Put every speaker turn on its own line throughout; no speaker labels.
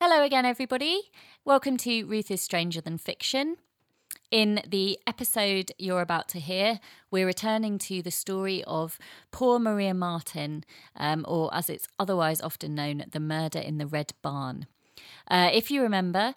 Hello again, everybody. Welcome to Ruth is Stranger Than Fiction. In the episode you're about to hear, we're returning to the story of poor Maria Martin, um, or as it's otherwise often known, the murder in the Red Barn. Uh, if you remember,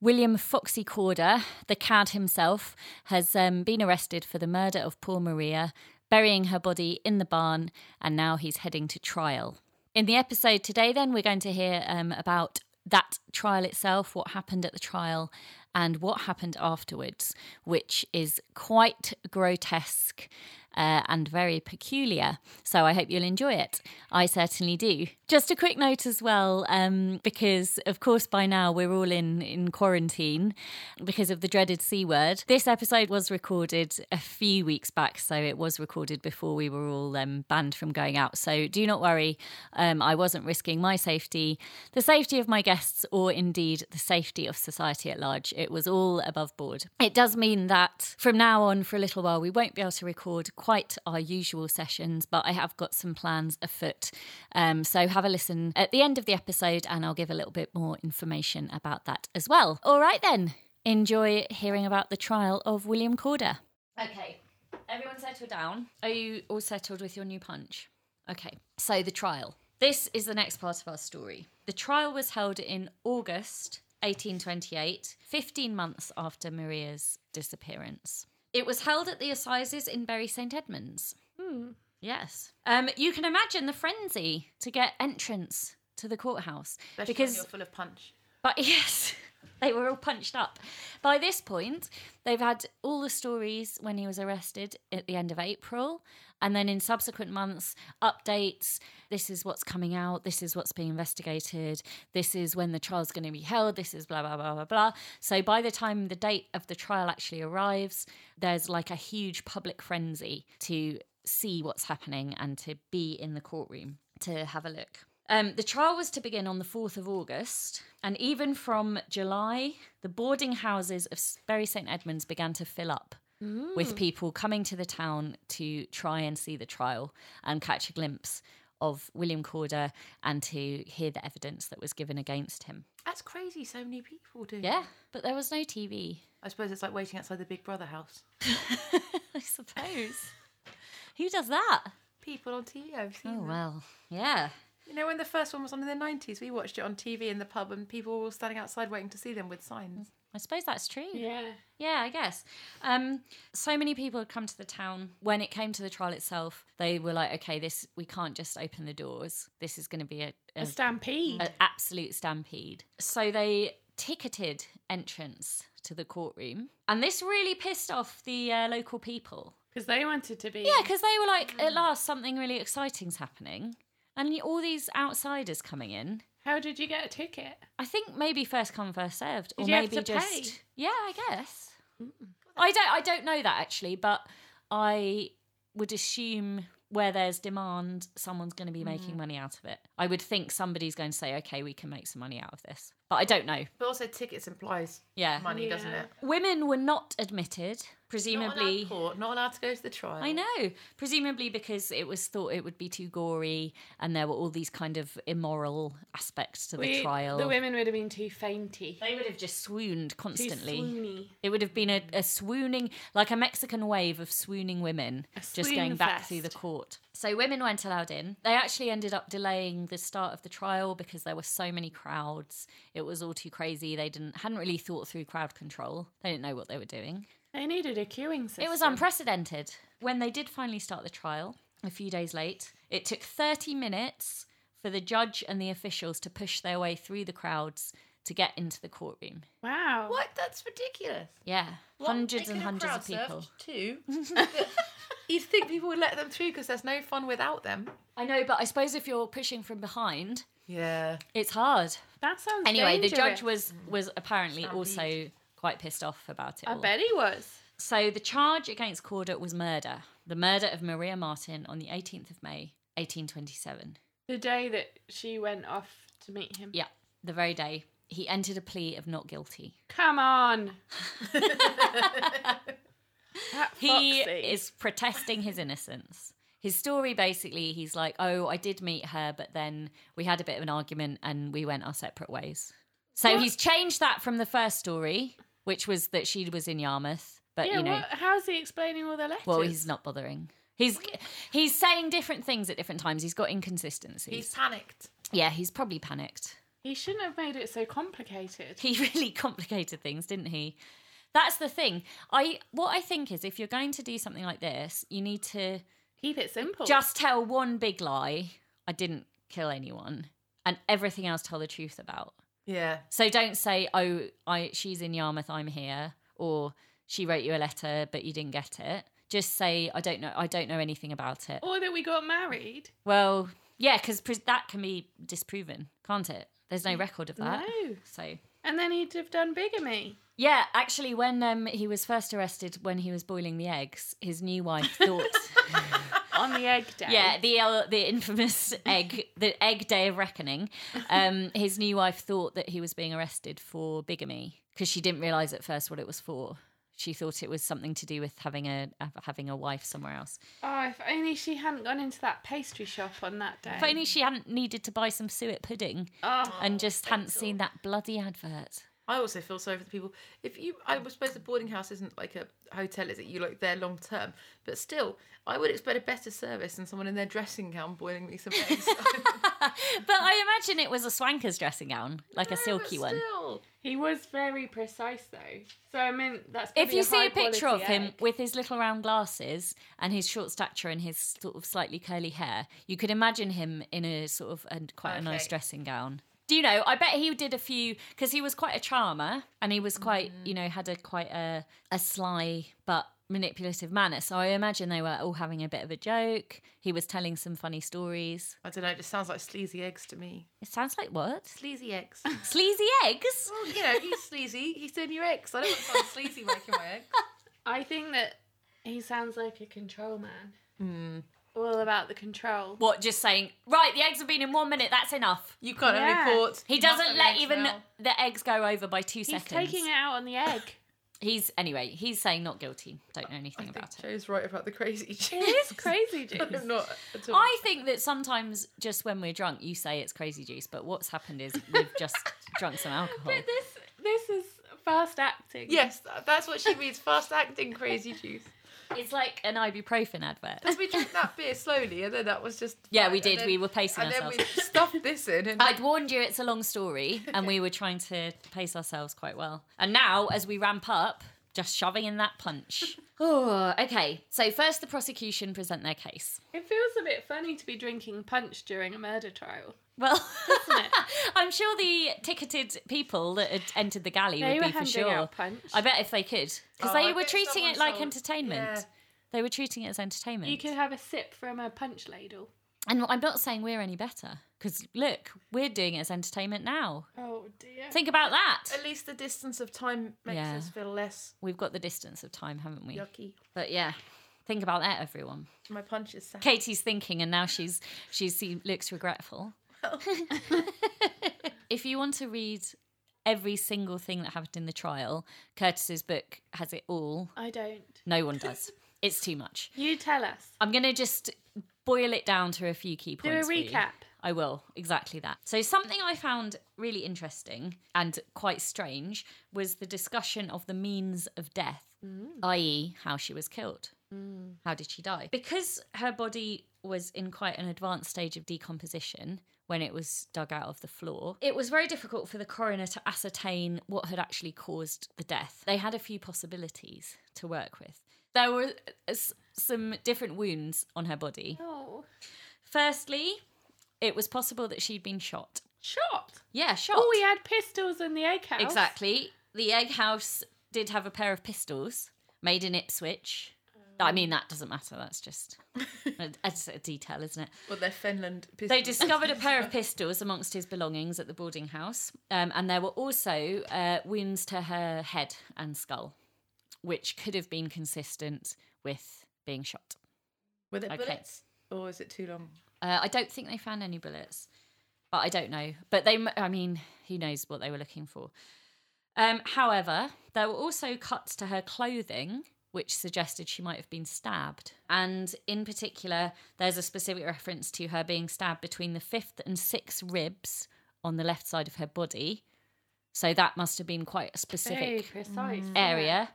William Foxy Corder, the cad himself, has um, been arrested for the murder of poor Maria, burying her body in the barn, and now he's heading to trial. In the episode today, then, we're going to hear um, about that trial itself, what happened at the trial, and what happened afterwards, which is quite grotesque uh, and very peculiar. So I hope you'll enjoy it. I certainly do. Just a quick note as well, um, because of course by now we're all in in quarantine because of the dreaded c word. This episode was recorded a few weeks back, so it was recorded before we were all um, banned from going out. So do not worry, um, I wasn't risking my safety, the safety of my guests, or indeed the safety of society at large. It was all above board. It does mean that from now on, for a little while, we won't be able to record quite our usual sessions, but I have got some plans afoot. Um, so have a listen at the end of the episode, and I'll give a little bit more information about that as well. All right, then. Enjoy hearing about the trial of William Corder. Okay, everyone settle down. Are you all settled with your new punch? Okay, so the trial. This is the next part of our story. The trial was held in August 1828, 15 months after Maria's disappearance. It was held at the Assizes in Bury St Edmunds. Yes. Um, you can imagine the frenzy to get entrance to the courthouse
because
because
you're full of punch.
but yes, they were all punched up. By this point, they've had all the stories when he was arrested at the end of April, and then in subsequent months, updates. This is what's coming out. This is what's being investigated. This is when the trial's going to be held. This is blah, blah, blah, blah, blah. So by the time the date of the trial actually arrives, there's like a huge public frenzy to see what's happening and to be in the courtroom to have a look. Um, the trial was to begin on the 4th of August, and even from July, the boarding houses of Bury St Edmunds began to fill up with people coming to the town to try and see the trial and catch a glimpse of William Corder and to hear the evidence that was given against him.
That's crazy. So many people do.
Yeah, but there was no TV,
I suppose it's like waiting outside the Big Brother house.
I suppose. Who does that?
People on TV. I've seen
Oh,
them.
well, yeah.
You know when the first one was on in the nineties, we watched it on TV in the pub, and people were all standing outside waiting to see them with signs.
I suppose that's true.
Yeah.
Yeah, I guess. Um, so many people had come to the town. When it came to the trial itself, they were like, "Okay, this we can't just open the doors. This is going to be a, a,
A stampede.
a absolute stampede." So they ticketed entrance to the courtroom, and this really pissed off the uh, local people.
Because they wanted to be.
Yeah, because they were like, "At last, something really exciting's happening," and all these outsiders coming in.
How did you get a ticket?
I think maybe first come first served, or
Did you have
maybe
to
just
pay? Mm.
yeah, I guess. I don't, I don't know that actually, but I would assume where there's demand, someone's going to be
Mm.
making money out of it. I would think somebody's going to say, okay, we can make some money out of this, but I don't know.
But also tickets implies
Yeah,
money,
Yeah.
doesn't it?
women were not admitted,
Not
presumably.
allowed, court, not allowed to go to the trial.
I know, presumably because it was thought it would be too gory, and there were all these kind of immoral aspects to the
We-
trial.
The women would have been too fainty.
they would have just swooned
Too
constantly.
swoony.
It would have been a, a swooning, like a Mexican wave of swooning women just
swoon
going back
fest.
through the court. So women weren't allowed in. They actually ended up delaying the start of the trial because there were so many crowds. It was all too crazy. They didn't hadn't really thought through crowd control. They didn't know what they were doing.
They needed a queuing system.
It was unprecedented. When they did finally start the trial, a few days late, it took 30 minutes for the judge and the officials to push their way through the crowds to get into the courtroom.
Wow.
What? That's ridiculous.
Yeah,
What?
hundreds
They
and
could have
hundreds of
crowd
people.
surfed Too. You'd think people would let them through because there's no fun without them.
I know, but I suppose if you're pushing from behind,
Yeah.
it's hard.
That sounds.
Anyway, the judge
dangerous.
was was apparently also quite pissed off about it.
I
all.
bet he was.
So the charge against Corder was murder, the murder of Maria Martin on the 18th of May, 1827.
The day that she went off to meet him.
Yeah, the very day he entered a plea of not guilty.
Come on. that
He
foxy.
is protesting his innocence. His story basically, he's like, "Oh, I did meet her, but then we had a bit of an argument and we went our separate ways." So
What?
he's changed that from the first story, which was that she was in Yarmouth, but
yeah,
you know,
what, how's he explaining all the letters?
well, he's not bothering. He's he's saying different things at different times. He's got inconsistencies.
He's panicked.
yeah, he's probably panicked.
He shouldn't have made it so complicated.
He really complicated things, didn't he? That's the thing. I what I think is if you're going to do something like this, you need to
Keep it simple.
just tell one big lie. I didn't kill anyone, and everything else tell the truth about.
Yeah.
So don't say, "Oh, I she's in Yarmouth, I'm here," or "She wrote you a letter, but you didn't get it." Just say, "I don't know. I don't know anything about it."
or that we got married.
Well, yeah, because that can be disproven, can't it? There's no record of that.
No.
So
And then he'd have done bigamy.
yeah, actually, when um, he was first arrested, when he was boiling the eggs, his new wife thought.
on the egg day.
Yeah, the uh, the infamous egg, the egg day of reckoning. Um, his new wife thought that he was being arrested for bigamy because she didn't realize at first what it was for. She thought it was something to do with having a having a wife somewhere else.
Oh, if only she hadn't gone into that pastry shop on that day.
If only she hadn't needed to buy some suet pudding
Oh,
and just hadn't seen that bloody advert.
I also feel sorry for the people. If you, I
Mm.
was suppose the boarding house isn't like a hotel, is it? You like there long term, but still, I would expect a better service than someone in their dressing gown boiling me some eggs.
But I imagine it was a swanker's dressing gown, like a silky
But
one.
still.
he was very precise though. So I mean, that's
If
probably
you see a
high
picture of
quality
him
egg.
with his little round glasses and his short stature and his sort of slightly curly hair, you could imagine him in a sort of a, quite a nice
Okay.
dressing gown. Do you know? I bet he did a few because he was quite a charmer and he was quite, you know, had a quite a a sly but manipulative manner. So I imagine they were all having a bit of a joke. He was telling some funny stories.
I don't know. It just sounds like sleazy eggs to me.
It sounds like what
Sleazy eggs.
sleazy eggs.
Oh.
well, you know, he's sleazy. He's doing your eggs. I don't want to sound sleazy making my eggs.
I think that he sounds like a control man.
Hmm.
All about the control.
What? Just saying, right? The eggs have been in one minute. That's enough.
You can't
Yeah.
have report.
He
You
doesn't
mustn't
let
eggs
even
now.
the eggs go over by two
He's
seconds.
taking it out on the egg.
He's anyway. He's saying not guilty. Don't know
I
anything
think
about it.
Joe's right about the crazy
it
cheese.
is crazy, James.
I'm not at all.
I think that sometimes just when we're drunk, you say it's crazy juice, but what's happened is we've just drunk some alcohol.
But this this is fast acting.
Yes, tha- that's what she means. Fast acting crazy juice.
It's like an ibuprofen advert.
Because we drank that beer slowly, and then that was just.
Yeah,
fine,
we
and
did.
then-
we were pacing
And then
ourselves. Oh,
we stuffed this in. And
I'd warned you it's a long story, and we were trying to pace ourselves quite well. And now, as we ramp up, just shoving in that punch. oh, okay. So first, the prosecution present their case.
It feels a bit funny to be drinking punch during a murder trial.
Well,
it?
I'm sure the ticketed people that had entered the galley
They
would
were
be for
handing
sure.
out punch.
I bet if they could, because
Oh,
they
I
were
bet
treating
someone
it like
sold-
entertainment.
yeah.
They were treating it as entertainment.
You could have a sip from a punch ladle.
And I'm not saying we're any better, because look, we're doing it as entertainment now.
Oh dear.
Think about that.
at least the distance of time makes
Yeah.
us feel less
We've got the distance of time, haven't we?
yucky.
But yeah, think about that, everyone.
My punch is sad.
Katie's thinking, and now she's she se- looks regretful.
Oh.
if you want to read every single thing that happened in the trial, Curtis's book has it all.
I don't.
No one does. It's too much.
You tell us.
I'm going to just boil it down to a few key
Do a
points. for you.
recap.
I will, exactly that. So, something I found really interesting and quite strange was the discussion of the means of death,
Mm.
i.e., how she was killed. How did she die? Because her body was in quite an advanced stage of decomposition when it was dug out of the floor, it was very difficult for the coroner to ascertain what had actually caused the death. They had a few possibilities to work with. There were uh, s- some different wounds on her body.
Oh.
Firstly, it was possible that she'd been shot.
Shot.
Yeah, shot.
Oh, we had pistols in the egg house.
Exactly. The egg house did have a pair of pistols made in Ipswich. I mean, that doesn't matter. That's just a, that's a detail, isn't it?
Well, they're Finland.
They
pistols.
discovered a pair of pistols amongst his belongings at the boarding house, um, and there were also uh, wounds to her head and skull, which could have been consistent with being shot.
Were there
Okay.
bullets? Or is it too long?
Uh, I don't think they found any bullets, but I don't know. But they, m- I mean, who knows what they were looking for. Um, however, there were also cuts to her clothing, which suggested she might have been stabbed. And in particular, there's a specific reference to her being stabbed between the fifth and sixth ribs on the left side of her body, So that must have been quite a specific
Very precise.
Mm.
yeah.
area.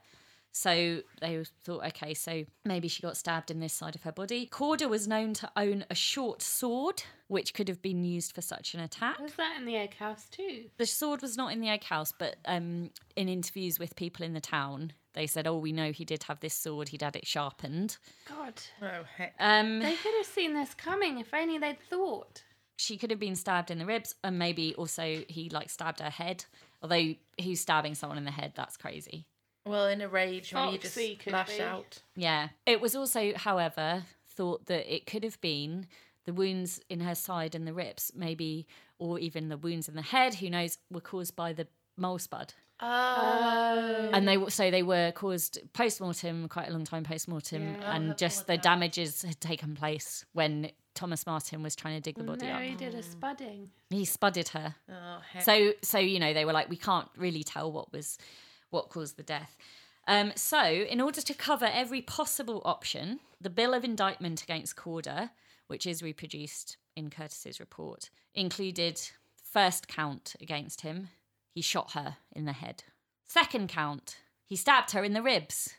So they thought, okay, so maybe she got stabbed in this side of her body. Corda was known to own a short sword, which could have been used for such an attack.
Was that in the egg house too?
The sword was not in the egg house, but um, in interviews with people in the town, they said, oh, we know he did have this sword, he'd had it sharpened.
God,
Oh, heck.
Um,
they could have seen this coming if only they'd thought.
she could have been stabbed in the ribs, and maybe also he like stabbed her head. Although who's stabbing someone in the head? That's crazy.
Well, in a rage, maybe you just
Foxy could
lash
be.
out.
Yeah. It was also, however, thought that it could have been the wounds in her side and the ribs, maybe, or even the wounds in the head, who knows, were caused by the mole spud.
Oh.
And they were- so they were caused post mortem, quite a long time post mortem,
Yeah.
and just the damages had taken place when Thomas Martin was trying to dig the body
Mary
up.
did a spudding.
He spudded her.
Oh, heck.
So so you know they were like we can't really tell what was what caused the death. Um, so in order to cover every possible option, the bill of indictment against Corder, which is reproduced in Curtis's report, included first count against him, he shot her in the head. Second count, he stabbed her in the ribs.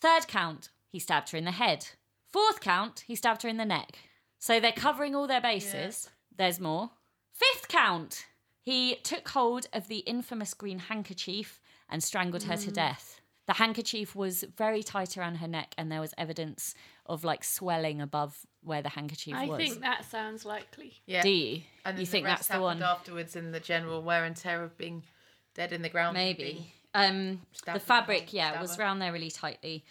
Third count, he stabbed her in the head. Fourth count, he stabbed her in the neck. So they're covering all their bases. There's more. Fifth count, he took hold of the infamous green handkerchief and strangled her
Mm.
to death. The handkerchief was very tight around her neck, and there was evidence of like swelling above where the handkerchief
I
was.
think that sounds likely.
yeah.
Do you?
And then
you
the
think
rest
that's the one?
happened afterwards in the general wear and tear of being dead in the ground.
Maybe. Um,
Stab
the
them,
fabric, yeah,
stab
was
her.
round there really tightly.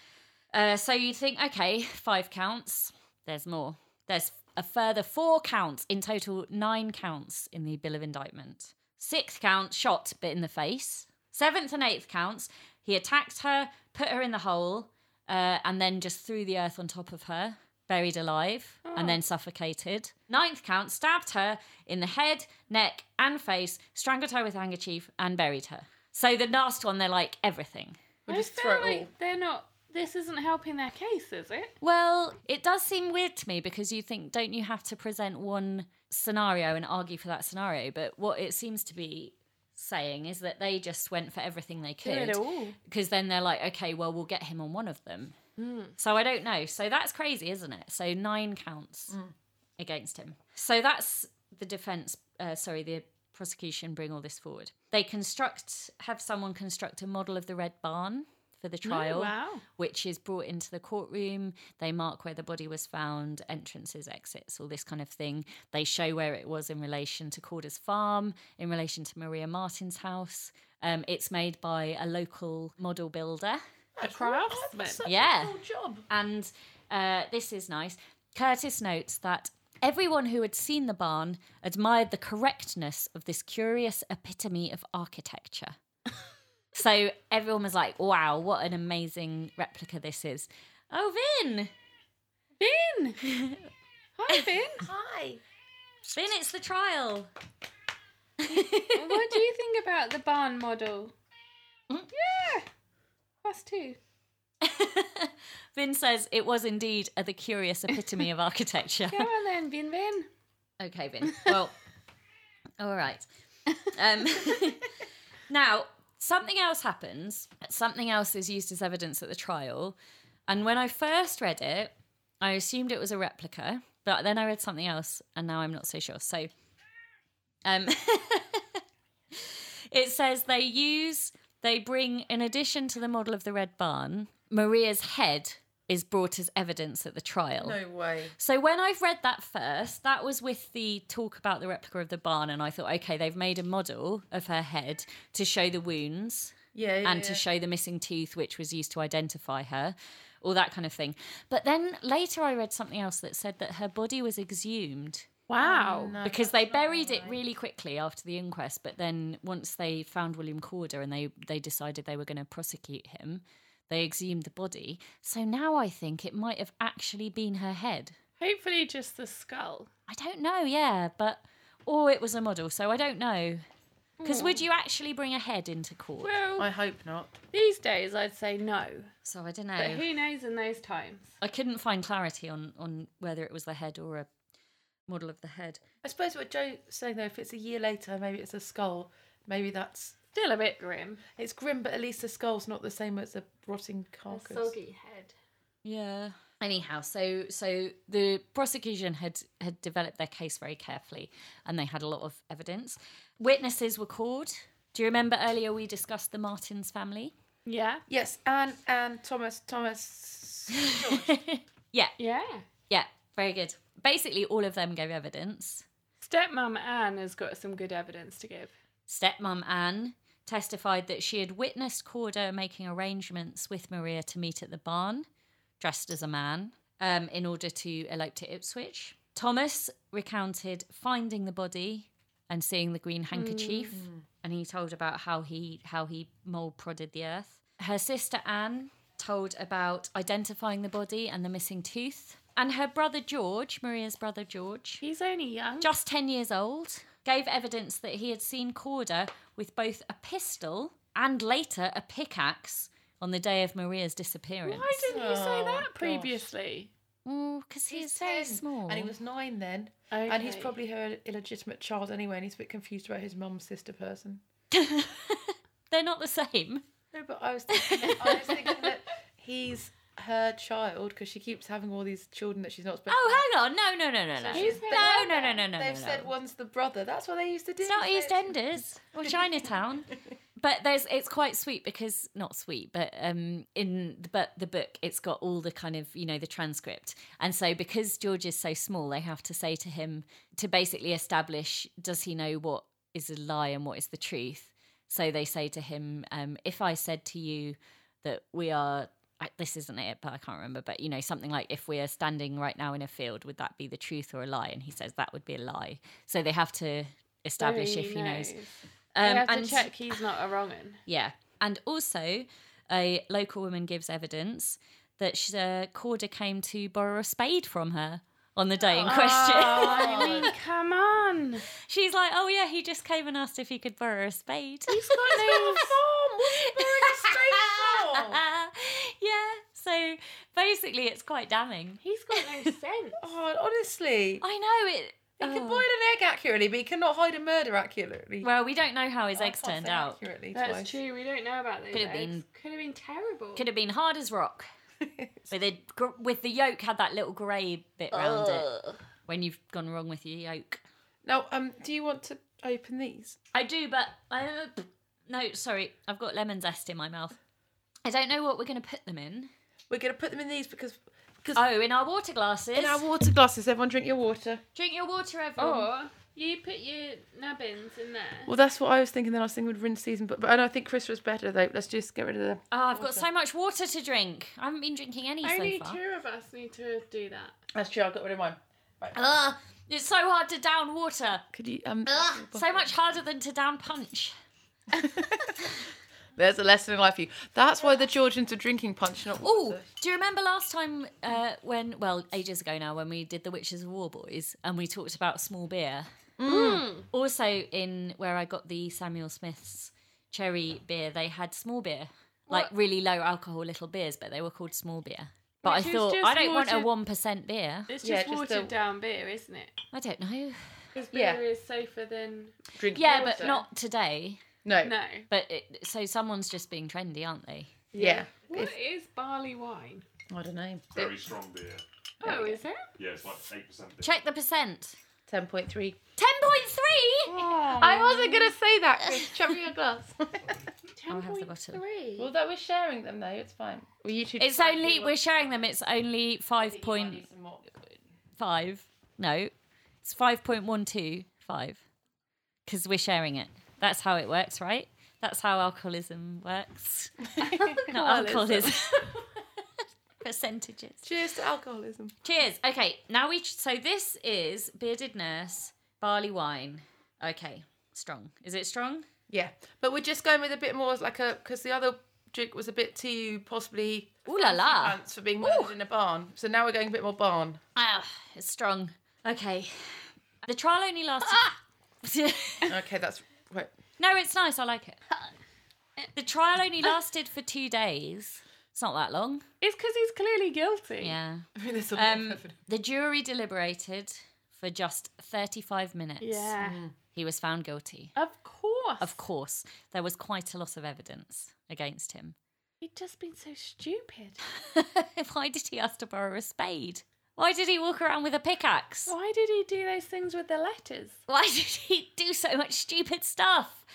Uh, so you think, okay, five counts. There's more. There's a further four counts in total, nine counts in the bill of indictment. Sixth count, shot, bit in the face. Seventh and eighth counts, he attacked her, put her in the hole, uh, and then just threw the earth on top of her, buried alive, and then suffocated. Ninth count, stabbed her in the head, neck, and face, strangled her with a handkerchief, and buried her. So the last one, they're like everything.
We'll
I
just
feel
throw it
like
all.
They're not. This isn't helping their case, is it?
Well, it does seem weird to me because you think, don't you have to present one scenario and argue for that scenario? But what it seems to be saying is that they just went for everything they
Do it
could.
all.
because then they're like, okay, well, we'll get him on one of them. So I don't know. So that's crazy, isn't it? So nine counts against him. So that's the defense, uh, sorry, the prosecution bring all this forward. They construct, have someone construct a model of the Red Barn for the trial,
Oh, wow.
which is brought into the courtroom. They mark where the body was found, entrances, exits, all this kind of thing. They show where it was in relation to Corder's farm, in relation to Maria Martin's house. Um, it's made by a local model builder.
That's
craftsman.
that's such a
Yeah.
cool job.
And uh, this is nice. Curtis notes that everyone who had seen the barn admired the correctness of this curious epitome of architecture. so everyone was like, wow, what an amazing replica this is. Oh, Vin!
Vin. Hi, Vin.
Hi.
Vin, it's the trial.
what do you think about the barn model? Yeah. Plus two.
Vin says it was indeed a, the curious epitome of architecture.
Go on then, Vin Vin.
Okay, Vin. Well, all right. Um, now, something else happens. Something else is used as evidence at the trial. And when I first read it, I assumed it was a replica, but then I read something else and now I'm not so sure. So um, it says they use, they bring, in addition to the model of the Red Barn, Maria's head is brought as evidence at the trial.
No way.
So when I've read that first, that was with the talk about the replica of the barn, and I thought, okay, they've made a model of her head to show the wounds
Yeah. yeah,
and to
yeah.
show the missing tooth, which was used to identify her, all that kind of thing. But then later, I read something else that said that her body was exhumed Oh,
Wow.
No,
because they
that's not
buried it
right.
really quickly after the inquest. But then once they found William Corder and they they decided they were going to prosecute him, they exhumed the body. So now I think it might have actually been her head.
Hopefully, just the skull.
I don't know, yeah, but or it was a model, so I don't know. Because would you actually bring a head into court?
Well,
I hope not.
these days I'd say no,
so I don't
but
know.
who knows in those times?
I couldn't find clarity on on whether it was the head or a model of the head.
I suppose what Joe's saying though, if it's a year later, maybe it's a skull. Maybe that's
Still a bit grim.
It's grim, but at least the skull's not the same as a rotting
A
carcass.
soggy head.
Yeah. Anyhow, so so the prosecution had had developed their case very carefully, and they had a lot of evidence. Witnesses were called. Do you remember earlier we discussed the Martins family?
Yeah.
Yes, and and Thomas Thomas.
Yeah,
Yeah.
yeah, very good. Basically, all of them gave evidence.
Stepmom Anne has got some good evidence to give.
Stepmom Anne testified that she had witnessed Corder making arrangements with Maria to meet at the barn, dressed as a man, um, in order to elope to Ipswich. Thomas recounted finding the body and seeing the green handkerchief, and he told about how he how he mole prodded the earth. Her sister Anne told about identifying the body and the missing tooth, and her brother George, Maria's brother George,
He's only young.
just 10 years old, gave evidence that he had seen Corder with both a pistol and later a pickaxe on the day of Maria's disappearance.
Why didn't you say
Oh,
that
gosh.
previously?
Because he's, very
10,
small.
and he was nine then, and he's
Okay.
probably her illegitimate child anyway, and he's a bit confused about his mum's sister person.
They're not the same.
No, but I was thinking, I was thinking that he's her child because she keeps having all these children that she's not supposed. to have.
Oh, hang on. No, no, no, no, no.
she's
No, no, no, no, no, no.
They've
no.
said one's the brother. That's what they used to do.
It's not
so
EastEnders or Chinatown. But there's it's quite sweet because not sweet, but um in the but the book it's got all the kind of you know the transcript, and so because George is so small, they have to say to him to basically establish does he know what is a lie and what is the truth. So they say to him, um, if I said to you that we are I, this isn't it, but I can't remember. But you know, something like if we are standing right now in a field, would that be the truth or a lie? And he says that would be a lie. So they have to establish
So
if he knows.
They
Um,
have
and
to check he's not a wrong un.
yeah, and also a local woman gives evidence that she, uh, Corder came to borrow a spade from her on the day in question.
I mean, come on.
She's like, "Oh yeah, he just came and asked if he could borrow a spade."
He's got no
Mum, what's he wearing a straight for?
yeah, so basically, it's quite damning.
He's got no sense.
Oh, honestly,
I know it.
he can
oh.
boil an egg accurately, but he cannot hide a murder accurately.
Well, we don't know how his
I
eggs
can't
turned
say
out.
accurately
That's
twice.
true. We don't know about those.
Could have
eggs.
been-
Could have been terrible.
Could have been hard as rock. With the gr- with the yolk had that little grey bit round it. When you've gone wrong with your yolk.
now, um, do you want to open these?
I do, but I no, sorry, I've got lemon zest in my mouth. I don't know what we're going to put them in.
We're going to put them in these because because
Oh, in our water glasses.
in our water glasses, everyone drink your water.
Drink your water, everyone.
Or you put your nubbins in there.
Well, that's what I was thinking. Then I was thinking we'd rinse these, and, but but I, know, I think Chris was better though. Let's just get rid of them.
Oh, I've got so much water to drink. I haven't been drinking any
Only
so far.
two of us need to do that.
That's true. I got rid of mine.
Ugh, it's so hard to down water.
Could you um?
So much harder than to down punch.
There's a lesson in life for you. That's why the Georgians are drinking punch, not
Oh,
water.
do you remember last time uh, when, well, ages ago now, when we did the Witches of War Boys and we talked about small beer? Mm. Also, in where I got the Samuel Smith's cherry beer, they had small beer, like really low alcohol little beers, but they were called small beer. But
Which
I
is
thought,
just
I don't want a
watered-
1% beer.
It's
Yeah,
just
just
watered
the-
down beer, isn't it?
I don't know.
Because beer
Yeah.
is safer than
Drink
Yeah,
water.
but not today.
no.
no.
But it, so someone's just being trendy, aren't they?
Yeah.
What is barley wine?
I don't know.
Very strong beer.
Oh, is it?
Yeah, it's like 8% beer.
Check the percent.
Ten point three.
10.3?
I
wasn't gonna say that. Chris. Chuck me your glass.
I'll have the bottle.
well, that we're sharing them though. It's fine. Well, you two.
It's
decide if
only,
you
we're
want-
sharing them, it's only 5.
if you
Point,
want these and what-
five. No, it's five point one two five. Because we're sharing it. That's how it works, right? That's how alcoholism works. Not alcoholism. Percentages.
Cheers to alcoholism.
Cheers. Okay, now we. So this is bearded nurse barley wine. Okay, strong. Is it strong?
Yeah, but we're just going with a bit more as like a because the other drink was a bit too possibly
Ooh la la.
pants for being murdered in a barn. So now we're going a bit more barn.
Ah, it's strong. Okay. The trial only lasted. Ah!
Okay, that's right.
No, it's nice. I like it. The trial only lasted for two days. It's not that long.
It's because he's clearly guilty.
Yeah.
This will be
Um,
perfect.
the jury deliberated for just 35 minutes.
Yeah.
He was found guilty.
Of course.
Mm. Of course, there was quite a lot of evidence against him.
He'd just been so stupid.
Why did he ask to borrow a spade? Why did he walk around with a pickaxe?
Why did he do those things with the letters?
Why did he do so much stupid stuff?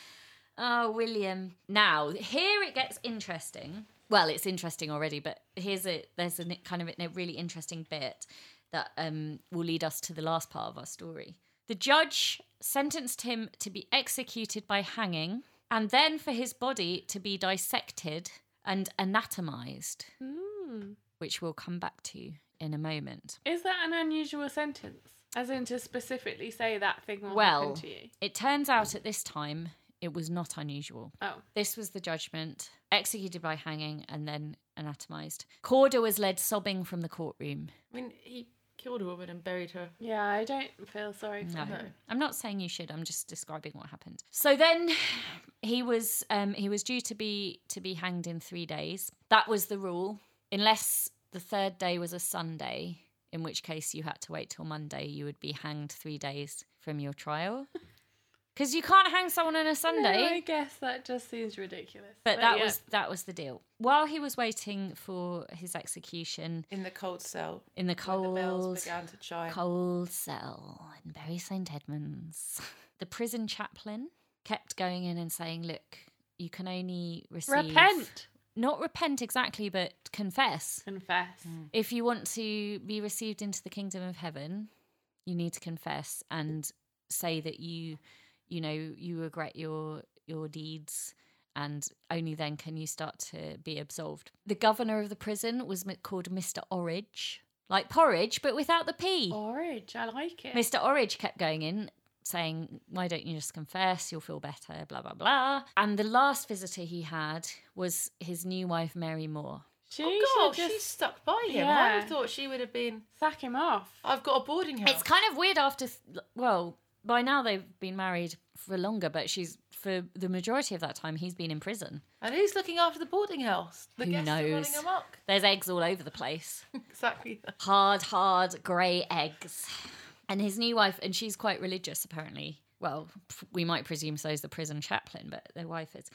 Oh, William. Now, here it gets interesting. Well, it's interesting already, but here's a there's a ni- kind of a really interesting bit that um, will lead us to the last part of our story. The judge sentenced him to be executed by hanging, and then for his body to be dissected and anatomized,
Mm.
which we'll come back to in a moment.
Is that an unusual sentence? As in to specifically say that thing will
Well,
happen to you?
it turns out at this time it was not unusual.
Oh,
This was the judgment, executed by hanging and then anatomized. Corder was led sobbing from the courtroom.
I mean, he killed a woman and buried her.
yeah. I don't feel sorry for
No.
him.
I'm not saying you should. I'm just describing what happened. So then he was um, he was due to be to be hanged in 3 days. That was the rule unless the third day was a Sunday, in which case you had to wait till Monday. You would be hanged 3 days from your trial. Cuz you can't hang someone on a Sunday.
No, I guess that just seems ridiculous.
But that
yeah.
was that was the deal. While he was waiting for his execution
In the cold cell.
in the
when The
cold,
bells began to chime.
cold cell in Bury St Edmunds, the prison chaplain kept going in and saying, "Look, you can only receive
repent,
not repent exactly, but confess.
confess.
Mm.
If you want to be received into the kingdom of heaven, you need to confess and say that you, you know, you regret your your deeds." and only then can you start to be absolved. The governor of the prison was m- called Mr. Orridge, like porridge, but without the P.
Orange, I like it.
Mr. Orridge kept going in saying, Why don't you just confess? You'll feel better, blah, blah, blah. And the last visitor he had was his new wife, Mary Moore.
she
Oh God,
should
she's
just
stuck by him. I
Yeah.
would have thought she would have been.
sack him off.
I've got a boarding house.
It's kind of weird after, th- well, by now they've been married for longer, but she's, for the majority of that time, he's been in prison.
And who's looking after the boarding house? The
Who
guests are running
knows?
amok.
There's eggs all over the place.
Exactly.
hard, hard grey eggs. And his new wife, and she's quite religious apparently. Well, p- we might presume so is the prison chaplain, but their wife is.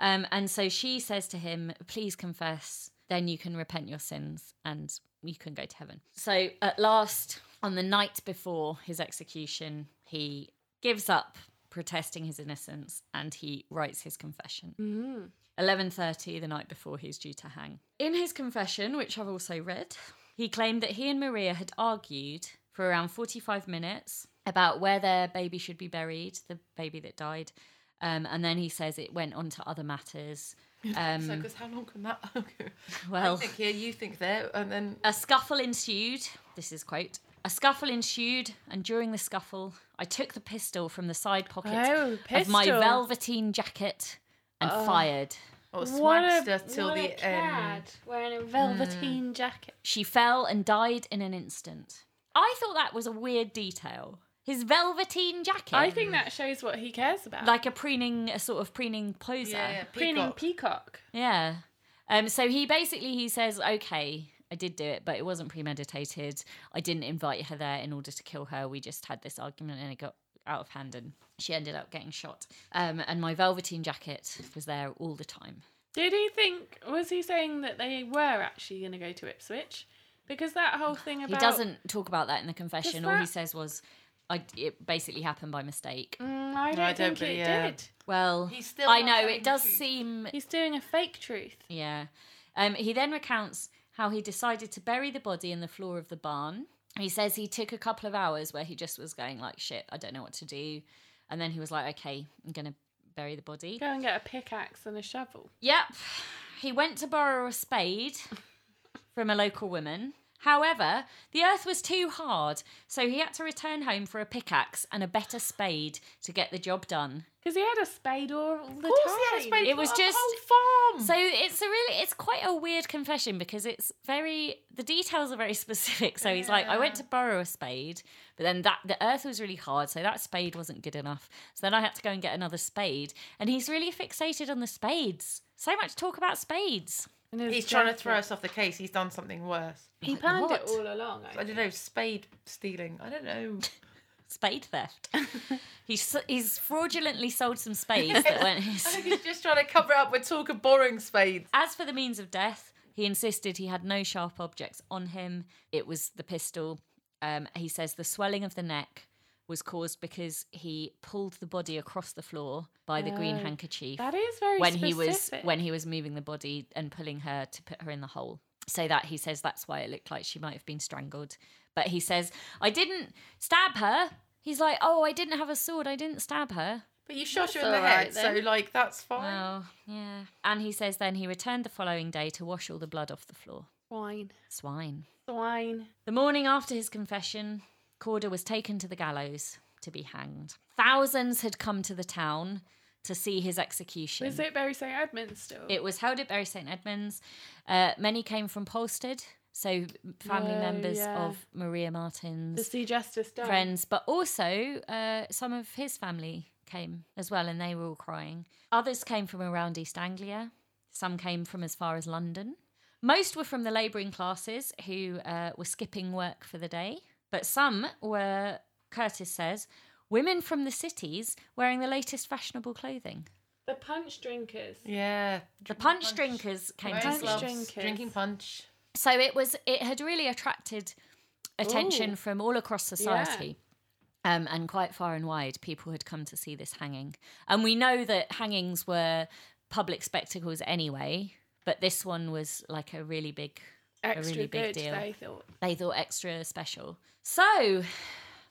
Um, and so she says to him, Please confess, then you can repent your sins and you can go to heaven. So at last, on the night before his execution, he gives up protesting his innocence and he writes his confession. 11:30 the night before he's due to hang. In his confession, which I've also read, he claimed that he and Maria had argued for around 45 minutes about where their baby should be buried, the baby that died. Um, and then he says it went on to other matters. Um,
so, because how long can that? I
well,
think here, you think there, and then
a scuffle ensued. This is quote. A scuffle ensued, and during the scuffle, I took the pistol from the side pocket
Oh,
of my
pistol.
velveteen jacket and fired.
or
What a-
swagster oh, till
what a
the end. Mm.
cad, Wearing a velveteen jacket.
She fell and died in an instant. I thought that was a weird detail. His velveteen jacket.
I think that shows what he cares about.
like a preening, a sort of preening poser.
Yeah, yeah,
preening
peacock.
peacock.
Yeah. Um, so he basically he says, okay, I did do it, but it wasn't premeditated. I didn't invite her there in order to kill her. We just had this argument and it got out of hand and she ended up getting shot. Um, and my velveteen jacket was there all the time.
Did he think? Was he saying that they were actually going to go to Ipswich? Because that whole thing about
He doesn't talk about that in the confession. All he
that-
says was, I, it basically happened by mistake.
Mm, I don't
I don't
think it
believe- yeah.
did.
Well,
He's still
I
not
know
telling
it
the
does
truth.
seem
He's doing a fake truth.
Yeah. Um, he then recounts how he decided to bury the body in the floor of the barn. He says he took a couple of hours where he just was going like, "Shit, I don't know what to do," and then he was like, "Okay, I'm gonna bury the body."
Go and get a pickaxe and a shovel.
Yep. He went to borrow a spade from a local woman. However, the earth was too hard, so he had to return home for a pickaxe and a better spade to get the job done.
Because he had a spade all the
Of course,
time.
he had a spade
It was
for a
just-
whole farm.
So it's a really, it's quite a weird confession because it's very, the details are very specific. So he's like, I went to borrow a spade, but then that, the earth was really hard. So that spade wasn't good enough. So then I had to go and get another spade. And he's really fixated on the spades. So much talk about spades.
And his
He's trying to
jacket.
throw us off the case. He's done something worse.
He planned
what?
it all along. I
I don't know. Spade stealing. I don't know.
spade theft. he's he's fraudulently sold some spades that weren't
I
his.
think he's just trying to cover up with talk of borrowing spades.
As for the means of death, he insisted he had no sharp objects on him. It was the pistol. Um, he says the swelling of the neck was caused because he pulled the body across the floor by the green
Oh,
handkerchief
That is very
when
specific.
he was when he was moving the body and pulling her to put her in the hole. So that he says that's why it looked like she might have been strangled. But he says I didn't stab her. He's like, oh, I didn't have a sword. I didn't stab her.
But you shot her
That's
in the
all right
head,
then.
so like that's fine.
Oh, yeah. And he says then he returned the following day to wash all the blood off the floor.
swine.
Swine.
Swine.
The morning after his confession, Corder was taken to the gallows to be hanged. Thousands had come to the town to see his execution.
Is it Barry St. Edmunds still?
It was held at Bury St Edmunds. Uh, many came from Polstead, so family
Oh,
members
yeah.
of Maria Martin's
to see justice done.
friends, but also uh, some of his family came as well, and they were all crying. Others came from around East Anglia. Some came from as far as London. Most were from the labouring classes who uh, were skipping work for the day, but some were, Curtis says, women from the cities wearing the latest fashionable clothing.
The punch drinkers.
Yeah.
The punch, drinkers came
Wearing
to
Punch
see him.
gloves,
drinkers.
Drinking punch.
So it was it had really attracted attention
Ooh.
from all across society. Um, and quite far and wide, people had come to see this hanging. And we know that hangings were public spectacles anyway, but this one was like a really big,
Extra
really big
good,
deal.
they thought.
they thought extra special. So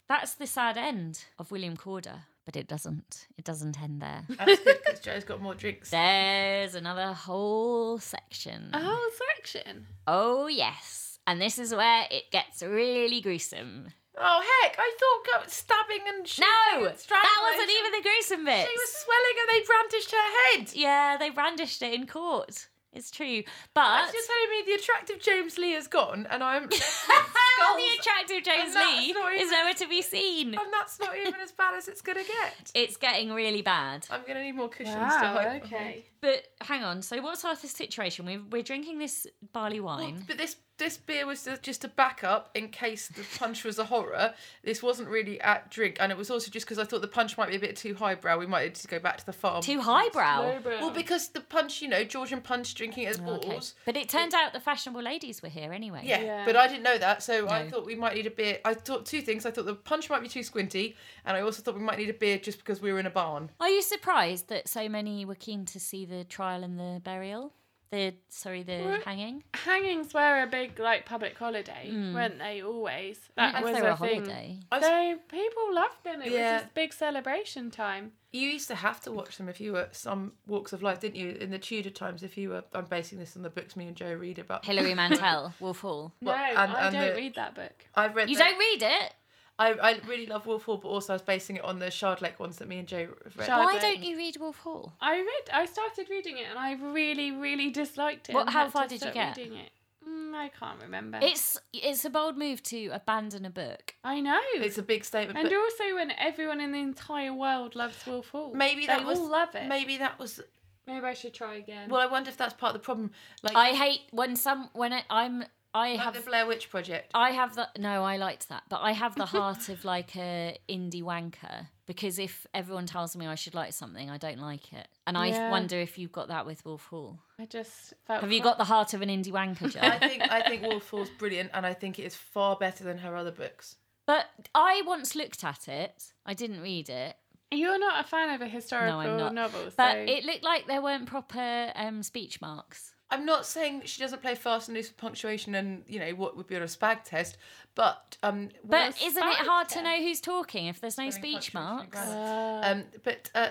that's the sad end of William Corder, but it doesn't. It doesn't end there.
That's good because Joe's got more drinks.
There's another whole section.
A whole section.
Oh, yes. And this is where it gets really gruesome.
Oh heck! I thought go- stabbing and shooting
No,
and
that wasn't
strangulation.
even the gruesome bit.
She was swelling and they brandished her head.
Yeah, they brandished it in court. It's true, but
That's just telling me the attractive James Lee is gone, and I'm
the
skulls-
attractive James
And that's
Lee
not
is
even-
nowhere to be seen.
and that's not even as bad as it's gonna get.
It's getting really bad.
I'm gonna need more cushions. to
Wow,
hide
okay.
But hang on. So what's Arthur's situation? We're we're drinking this barley
behind.
wine.
But this this beer was ju- just a backup in case the punch was a horror. This wasn't really at drink, and it was also just because I thought the punch might be a bit too highbrow. We might need to go back to the farm.
Too highbrow.
Lowbrow.
well, because the punch, you know, Georgian punch drinking it as
Oh,
balls.
Okay. But it turned out the fashionable ladies were here anyway.
Yeah,
Yeah.
but I didn't know that, so I
No.
thought we might need a beer. I thought two things. I thought the punch might be too squinty, and I also thought we might need a beer just because we were in a barn.
Are you surprised that so many were keen to see the trial and the burial? The sorry, the
What?
hanging.
hangings were a big like public holiday, weren't they? Always that
As
was
they were
a
a
thing.
holiday.
I was-
So people loved them. It
Yeah.
was this big celebration time.
You used to have to watch them if you were some walks of life, didn't you? In the Tudor times, if you were, I'm basing this on the books me and Joe read about.
Hilary Mantel, Wolf Hall.
No,
Well, and-
I
and
don't
the-
read that book.
I've read.
You
the-
don't read it.
I, I really love Wolf Hall, but also I was basing it on the Shard Lake ones that me and Joe read.
Shard-
Why
Lake.
don't you read Wolf Hall?
I read. I started reading it, and I really, really disliked it.
What-
and
how
had to
far did you
stop
get?
Reading it. Mm, I can't remember.
It's it's a bold move to abandon a book.
I know.
It's a big statement,
and
but
also, when everyone in the entire world loves Wolf Hall,
maybe that
they
was
all love it. Maybe,
maybe that was.
I should try again.
Well, I wonder if that's part of the problem. Like,
I hate when some when I, I'm I
like
have
the Blair Witch Project.
I have the no I liked that, but I have the heart of like a indie wanker because if everyone tells me I should like something, I don't like it, and I
Yeah.
wonder if you've got that with Wolf Hall.
I just felt.
Have you
quite-
got the heart of an indie wanker,
I
Joe?
think I think Wolf Hall's brilliant, and I think it is far better than her other books.
but I once looked at it. I didn't read it,
You're not a fan of a historical
not.
novel, so
but it looked like there weren't proper um, speech marks.
I'm not saying she doesn't play fast and loose with punctuation and you know what would be on a spag test, but um,
But
Well,
isn't it hard to
spike
know who's talking if there's no
Spelling
speech
punctuation
marks?
grammar.
Ah.
um, but uh,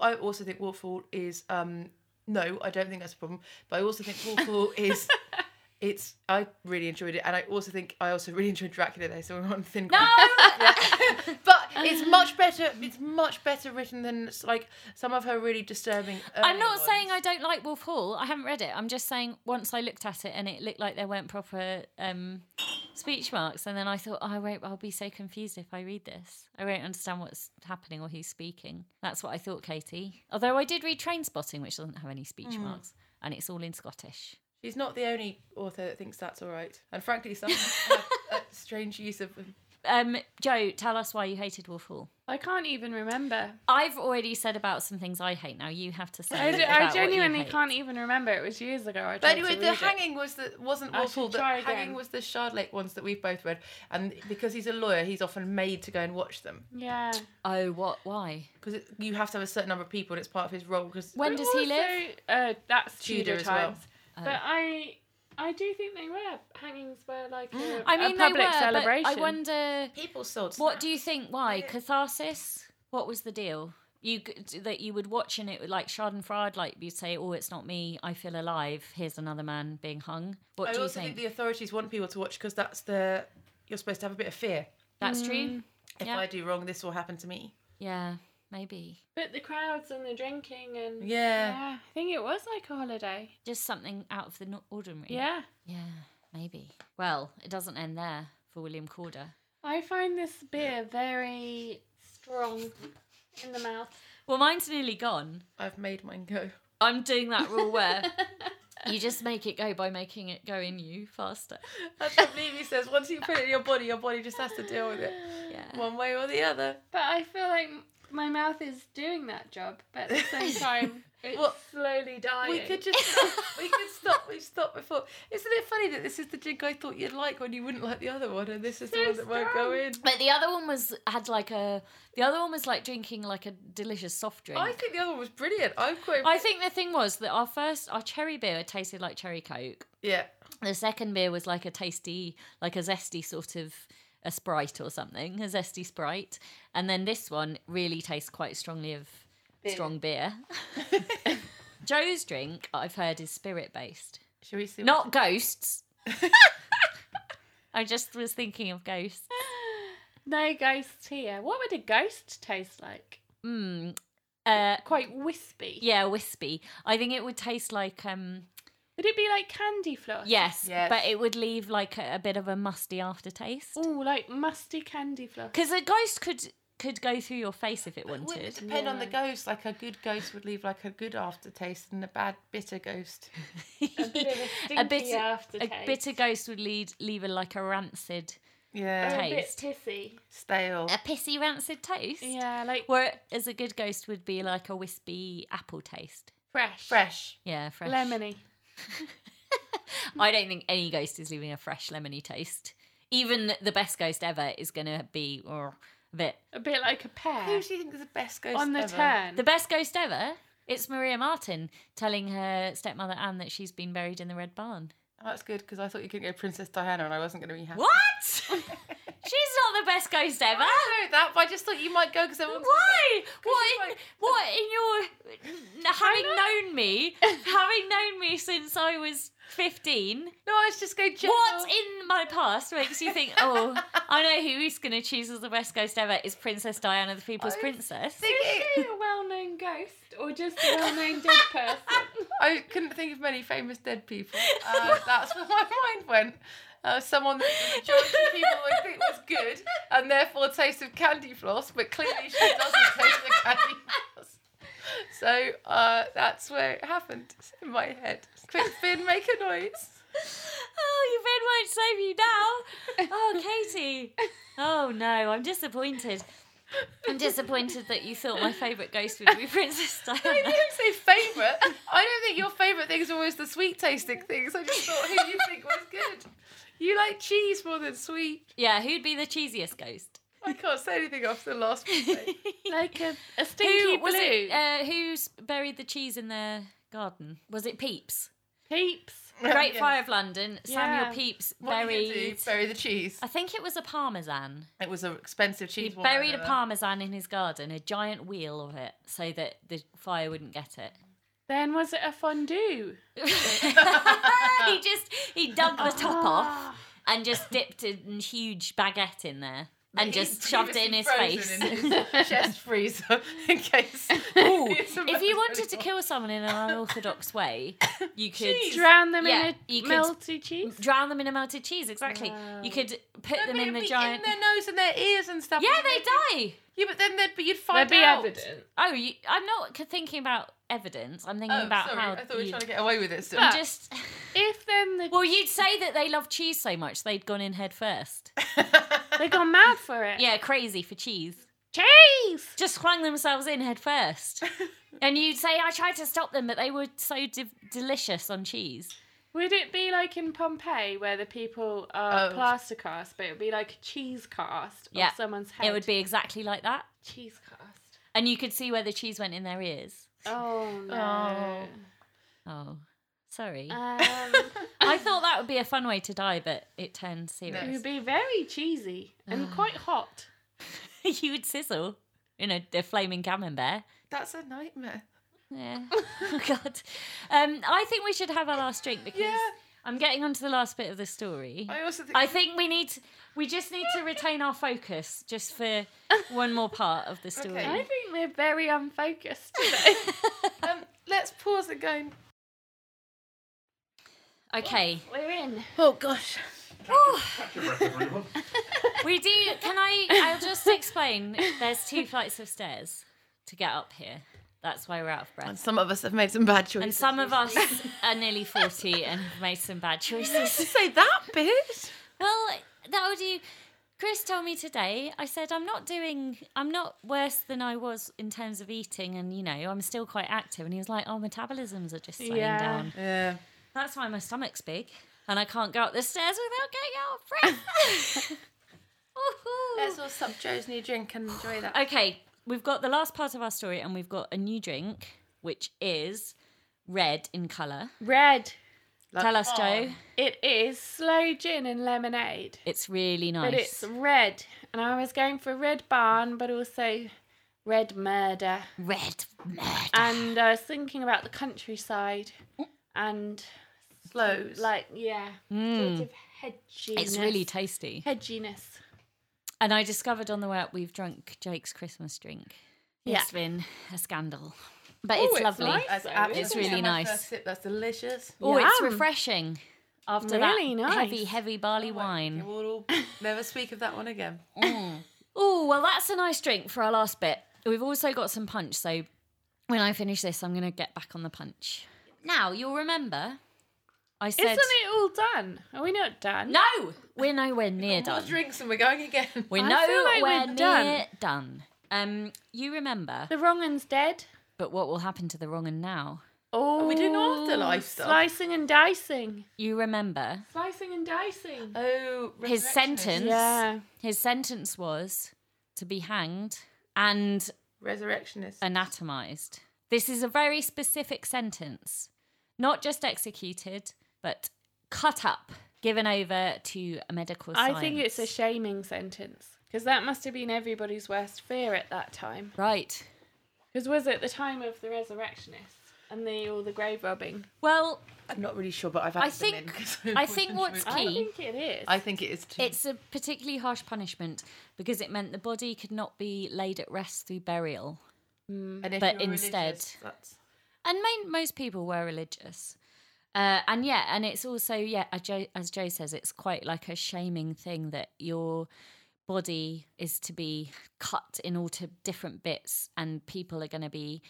I also think Wolf Hall is um, no, I don't think that's a problem. But I also think Wolf Hall is it's. I really enjoyed it, and I also think I also really enjoyed Dracula though, so we're on thin.
No,
ground. but it's much better. It's much better written than like some of her really disturbing.
I'm
earlier
not
ones.
saying I don't like Wolf Hall. I haven't read it. I'm just saying once I looked at it and it looked like there weren't proper um, speech marks, and then I thought, oh, I won't. I'll be so confused if I read this. I won't understand what's happening or who's speaking. That's what I thought, Katie. Although I did read Train Spotting, which doesn't have any speech
Hmm.
marks, and it's all in Scottish.
She's not the only author that thinks that's all right. And frankly, some have a strange use of
Um, Joe, tell us why you hated Wolf Hall.
I can't even remember.
I've already said about some things I hate. Now you have to say.
I, d-
about
I
what you
genuinely
hate.
can't e- even remember. It was years ago. I
But
tried
anyway,
to
the
read it.
hanging was the wasn't
I
Walpole.
should
The
try
hanging
again.
was the Shard Lake ones that we've both read, and because he's a lawyer, he's often made to go and watch them
Yeah.
Oh, what? Why?
because you have to have a certain number of people, and it's part of his role. Because
When
But
does he
also,
live?
Uh, that's
Tudor
Tudor,
as well. Uh.
times. But I, I do think they were hangings were like a,
I mean, they
a public
were.
celebration.
But I wonder.
people sold.
What do you think? Why catharsis? What was the deal? You g- that you would watch and it would like Schadenfreude, like you'd say, "Oh, it's not me. I feel alive. Here's another man being hung." What
I
do you
also think?
think?
the authorities want people to watch because that's the you're supposed to have a bit of fear.
That's
Mm.
true.
If
Yeah.
I do wrong, this will happen to me.
Yeah, maybe
But the crowds and the drinking and
Yeah.
yeah, I think it was like a holiday.
just something out of the no- ordinary.
Yeah.
yeah, maybe. Well, it doesn't end there for William Corder.
I find this beer very strong in the mouth.
Well, mine's nearly gone.
I've made mine go.
I'm doing that rule where you just make it go by making it go in you faster.
That's what Mimi says. Once you put it in your body, your body just has to deal with it
Yeah.
one way or the other.
But I feel like m- my mouth is doing that job, but at the same time, it's
Well,
slowly dying.
We could just stop. we could stop. We've stopped before. Isn't it funny that this is the jig I thought you'd like when you wouldn't like the other one, and this is the
So
one that won't go
strong.
in?
But the other one was had like a the other one was like drinking like a delicious soft drink.
I think the other one was brilliant. I'm quite.
I think the thing was that our first our cherry beer tasted like cherry coke.
yeah.
The second beer was like a tasty, like a zesty sort of a sprite or something, a zesty sprite. And then this one really tastes quite strongly of strong beer. Joe's drink, I've heard, is spirit based.
Should we see?
Not ghosts. I just was thinking of ghosts.
No ghosts here. What would a ghost taste like?
Mm. Uh,
Quite wispy.
Yeah, wispy. I think it would taste like um
Would it be like candy floss?
yes,
Yes.
but it would leave like a, a bit of a musty aftertaste.
Oh, like musty candy floss.
Because a ghost could could go through your face if it
Wouldn't it
wanted.
depend on the ghost? Like a good ghost would leave like a good aftertaste, and a bad bitter ghost.
A bit of a stinky
bitter- A
aftertaste.
bitter ghost would lead, leave a like a rancid,
Yeah.
A bit
taste.
pissy.
Stale.
a pissy rancid taste.
Yeah, like
Whereas a good ghost would be like a wispy apple taste.
fresh.
Fresh.
Yeah, fresh.
Lemony.
I don't think any ghost is leaving a fresh lemony taste. Even the best ghost ever is going to be or a bit
A bit like a
Who
pear.
do you think is the best ghost
On the
ever?
turn.
The best ghost ever. It's Maria Martin telling her stepmother Anne that she's been buried in the Red Barn.
Oh, that's good because I thought you could go Princess Diana, and I wasn't going to be happy.
What? she's not the best ghost ever.
I know that, but I just thought you might go because everyone's.
Why?
she's
What? In,
like-
what in your having known me, having known me since I was fifteen?
No, I was just going. General.
What in my past makes you think? Oh, I know who he's going to choose as the best ghost ever. It's Princess Diana, the People's
I
Princess.
Thinking-
Is she a well-known ghost or just a well-known dead person?
I couldn't think of many famous dead people. Uh, that's where my mind went. Uh, someone that the majority of people would think was good and therefore tastes of candy floss, but clearly she doesn't taste the candy floss. So uh, that's where it happened It's in my head. Quick, Finn, make a noise.
Oh, your bed won't save you now. Oh, Katie. Oh no, I'm disappointed. I'm disappointed that you thought my favourite ghost would be Princess
You
Diana.
didn't say favourite. I don't think your favourite things are always the sweet tasting things. I just thought who you think was good. You like cheese more than sweet.
Yeah, who'd be the cheesiest ghost?
I can't say anything after the last one.
like a, a stinky
Who was
blue.
it? Uh, who's buried the cheese in their garden? Was it Peeps?
Peeps.
Great
Yeah.
Fire of London.
Yeah.
Samuel Pepys
What are you
buried.
gonna do? Bury the cheese.
I think it was a parmesan.
It was an expensive
He
cheese. one, I
buried a
remember.
parmesan in his garden, a giant wheel of it, so that the fire wouldn't get it.
Then was it a fondue?
he just he dug the top
Ah.
Ah.
off and just dipped a huge baguette in there and
He's
just shoved it in his face.
previously frozen in his chest freezer in case.
if you wanted to kill someone in an unorthodox way, you could
Drown them
Yeah,
in a
you could-
melty cheese.
drown them in a melted cheese. Exactly.
Wow.
You could put them in the giant.
in their nose and their ears and stuff.
yeah,
and they'd
they
be-
die.
Yeah, but then there'd be you'd
There'd
find
be
out.
evidence.
Oh, you, I'm not c- thinking about evidence. I'm thinking
Oh,
about
sorry.
how
I thought we were
you
trying to get away with it. Still.
you
Ah.
just.
If then the
Well, you'd say that they love cheese so much they'd gone in head first.
They've gone mad for it.
Yeah, crazy for cheese.
Cheese!
Just flung themselves in head first. and you'd say, I tried to stop them, but they were so de- delicious on cheese.
Would it be like in Pompeii where the people are
Oh.
plaster cast, but it would be like a cheese cast
Yeah.
of someone's head?
It would be exactly like that.
cheese cast.
And you could see where the cheese went in their ears.
Oh no.
Oh, sorry.
Um,
I thought that would be a fun way to die, but it turned serious.
it would be very cheesy and quite hot.
you would sizzle in a, a flaming camembert.
That's a nightmare.
Yeah. oh God. Um, I think we should have our last drink because
Yeah.
I'm getting onto the last bit of the story.
I also think
I think we need. We just need to retain our focus just for one more part of the story.
Okay.
I think we're very unfocused today.
um, let's pause and go.
Okay.
we're in.
Oh gosh.
Catch your breath, everyone.
We do. Can I? I'll just explain. There's two flights of stairs to get up here. That's why we're out of breath.
And some of us have made some bad choices.
And some of us are nearly 40 and have made some bad choices.
say that bit.
Well, that would you. Chris told me today, I said, I'm not doing, I'm not worse than I was in terms of eating, and you know, I'm still quite active. And he was like, Oh, metabolisms are just slowing
Yeah.
down.
Yeah.
That's why my stomach's big, and I can't go up the stairs without getting out of breath. Woohoo.
Let's all sup Joe's new drink and enjoy that.
Okay, we've got the last part of our story, and we've got a new drink, which is red in colour.
Red.
Tell
oh,
us, Joe.
It is sloe gin and lemonade,
It's really nice.
but it's red. And I was going for red barn, but also red murder.
red murder.
And I was thinking about the countryside and
Slows.
like yeah, sort of hedginess.
It's really tasty.
hedginess.
And I discovered on the way up we've drunk Jake's Christmas drink.
Yeah.
It's been a scandal. But it's, lovely.
nice.
That's
So
absolutely-
it's really
That's my
nice.
first sip, That's delicious.
Oh, it's
Uh, Yum.
refreshing. After
Really
that
nice. Oh
heavy, heavy barley
Okay,
wine.
We'll all never speak of that one again.
Oh, well, that's a nice drink for our last bit. We've also got some punch, so when I finish this, I'm going to get back on the punch. Now, you'll remember I said.
Isn't it all done? Are we not done?
No! We're nowhere near
More
done.
drinks and we're going again.
We're
I
nowhere
feel like we're
near done.
done.
Um, you remember,
The wrong un's dead.
but what will happen to the wrong and now?
Oh,
we doing afterlife stuff?
Slicing and dicing.
You remember
Slicing and dicing.
Oh,
his sentence?
Yeah.
His sentence was to be hanged and
Resurrectionist.
anatomized. This is a very specific sentence, not just executed, but cut up, given over to a medical.
I think it's a
science.
shaming sentence because that must have been everybody's worst fear at that time.
right.
Because was it the time of the resurrectionists and the all the grave robbing?
Well,
I'm not really sure, but I've
I
had them in
think-
'cause
I think what's
wasn't
key-
sure.
I think it is.
I think it is too.
It's a particularly harsh punishment because it meant the body could not be laid at rest through burial.
And if
but
you're
instead-
religious, that's-
And main, most people were religious. Uh, and yeah, and it's also, yeah, as Joe, as Joe says, it's quite like a shaming thing that your body is to be cut in all to different bits and people are going to be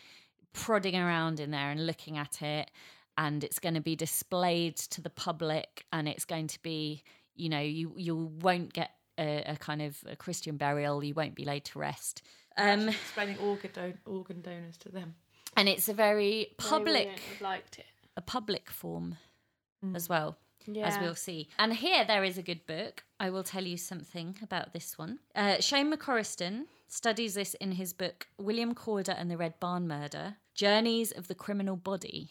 prodding around in there and looking at it and it's going to be displayed to the public and it's going to be you know you you won't get a, a kind of a christian burial you won't be laid to rest um
explaining organ, don- organ donors to them.
and it's a very
They
public
wouldn't have liked it.
a public form as well
Yeah.
as we'll see. And here there is a good book. I will tell you something about this one. Uh, Shane McCorriston studies this in his book William Corder and the Red Barn Murder Journeys of the Criminal Body.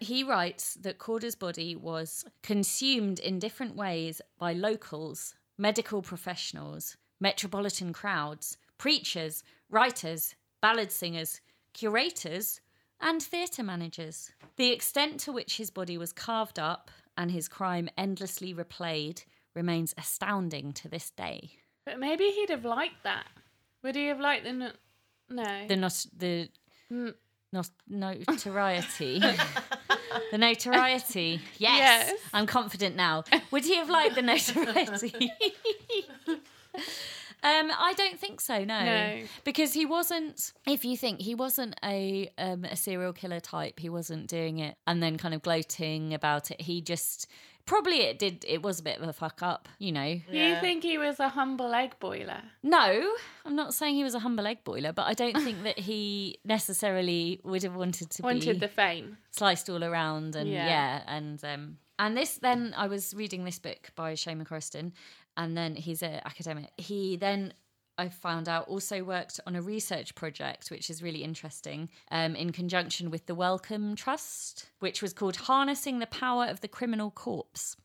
He writes that Corder's body was consumed in different ways by locals, medical professionals, metropolitan crowds, preachers, writers, ballad singers, curators, and theatre managers. The extent to which his body was carved up and his crime endlessly replayed remains astounding to this day.
But maybe he'd have liked that. Would he have liked the n- no?
The not the
Mm.
not notoriety. the notoriety. Yes,
Yes.
I'm confident now. Would he have liked the notoriety? Um, I don't think so. No,
No.
because he wasn't. If you think he wasn't a um, a serial killer type, he wasn't doing it and then kind of gloating about it. He just Probably it did. It was a bit of a fuck up, you know.
You think he was a humble egg boiler?
No, I'm not saying he was a humble egg boiler, but I don't think that he necessarily would have wanted to be
Wanted the fame.
sliced all around and yeah,
Yeah.
and um and this then I was reading this book by Shane McCorriston and then he's an academic. He then I found out also worked on a research project which is really interesting um, in conjunction with the Wellcome Trust, which was called Harnessing the Power of the Criminal Corpse.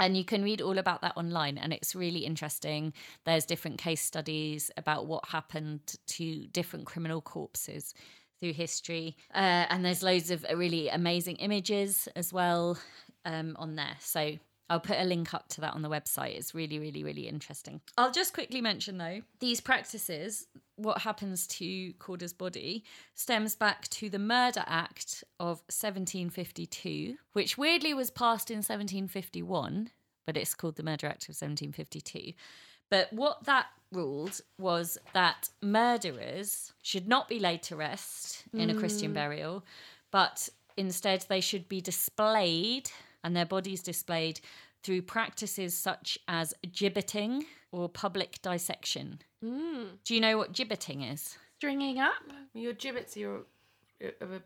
And you can read all about that online, and it's really interesting. There's different case studies about what happened to different criminal corpses through history. Uh, and there's loads of really amazing images as well um, on there. So I'll put a link up to that on the website. It's really, really, really interesting. I'll just quickly mention though, these practices, what happens to Corder's body, stems back to the Murder Act of 1752, which weirdly was passed in 1751, but it's called the Murder Act of 1752. But what that ruled was that murderers should not be laid to rest in a Christian burial, but instead they should be displayed and their bodies displayed through practices such as gibbeting or public dissection. Do you know what gibbeting is?
Stringing up?
Your gibbets are your, of a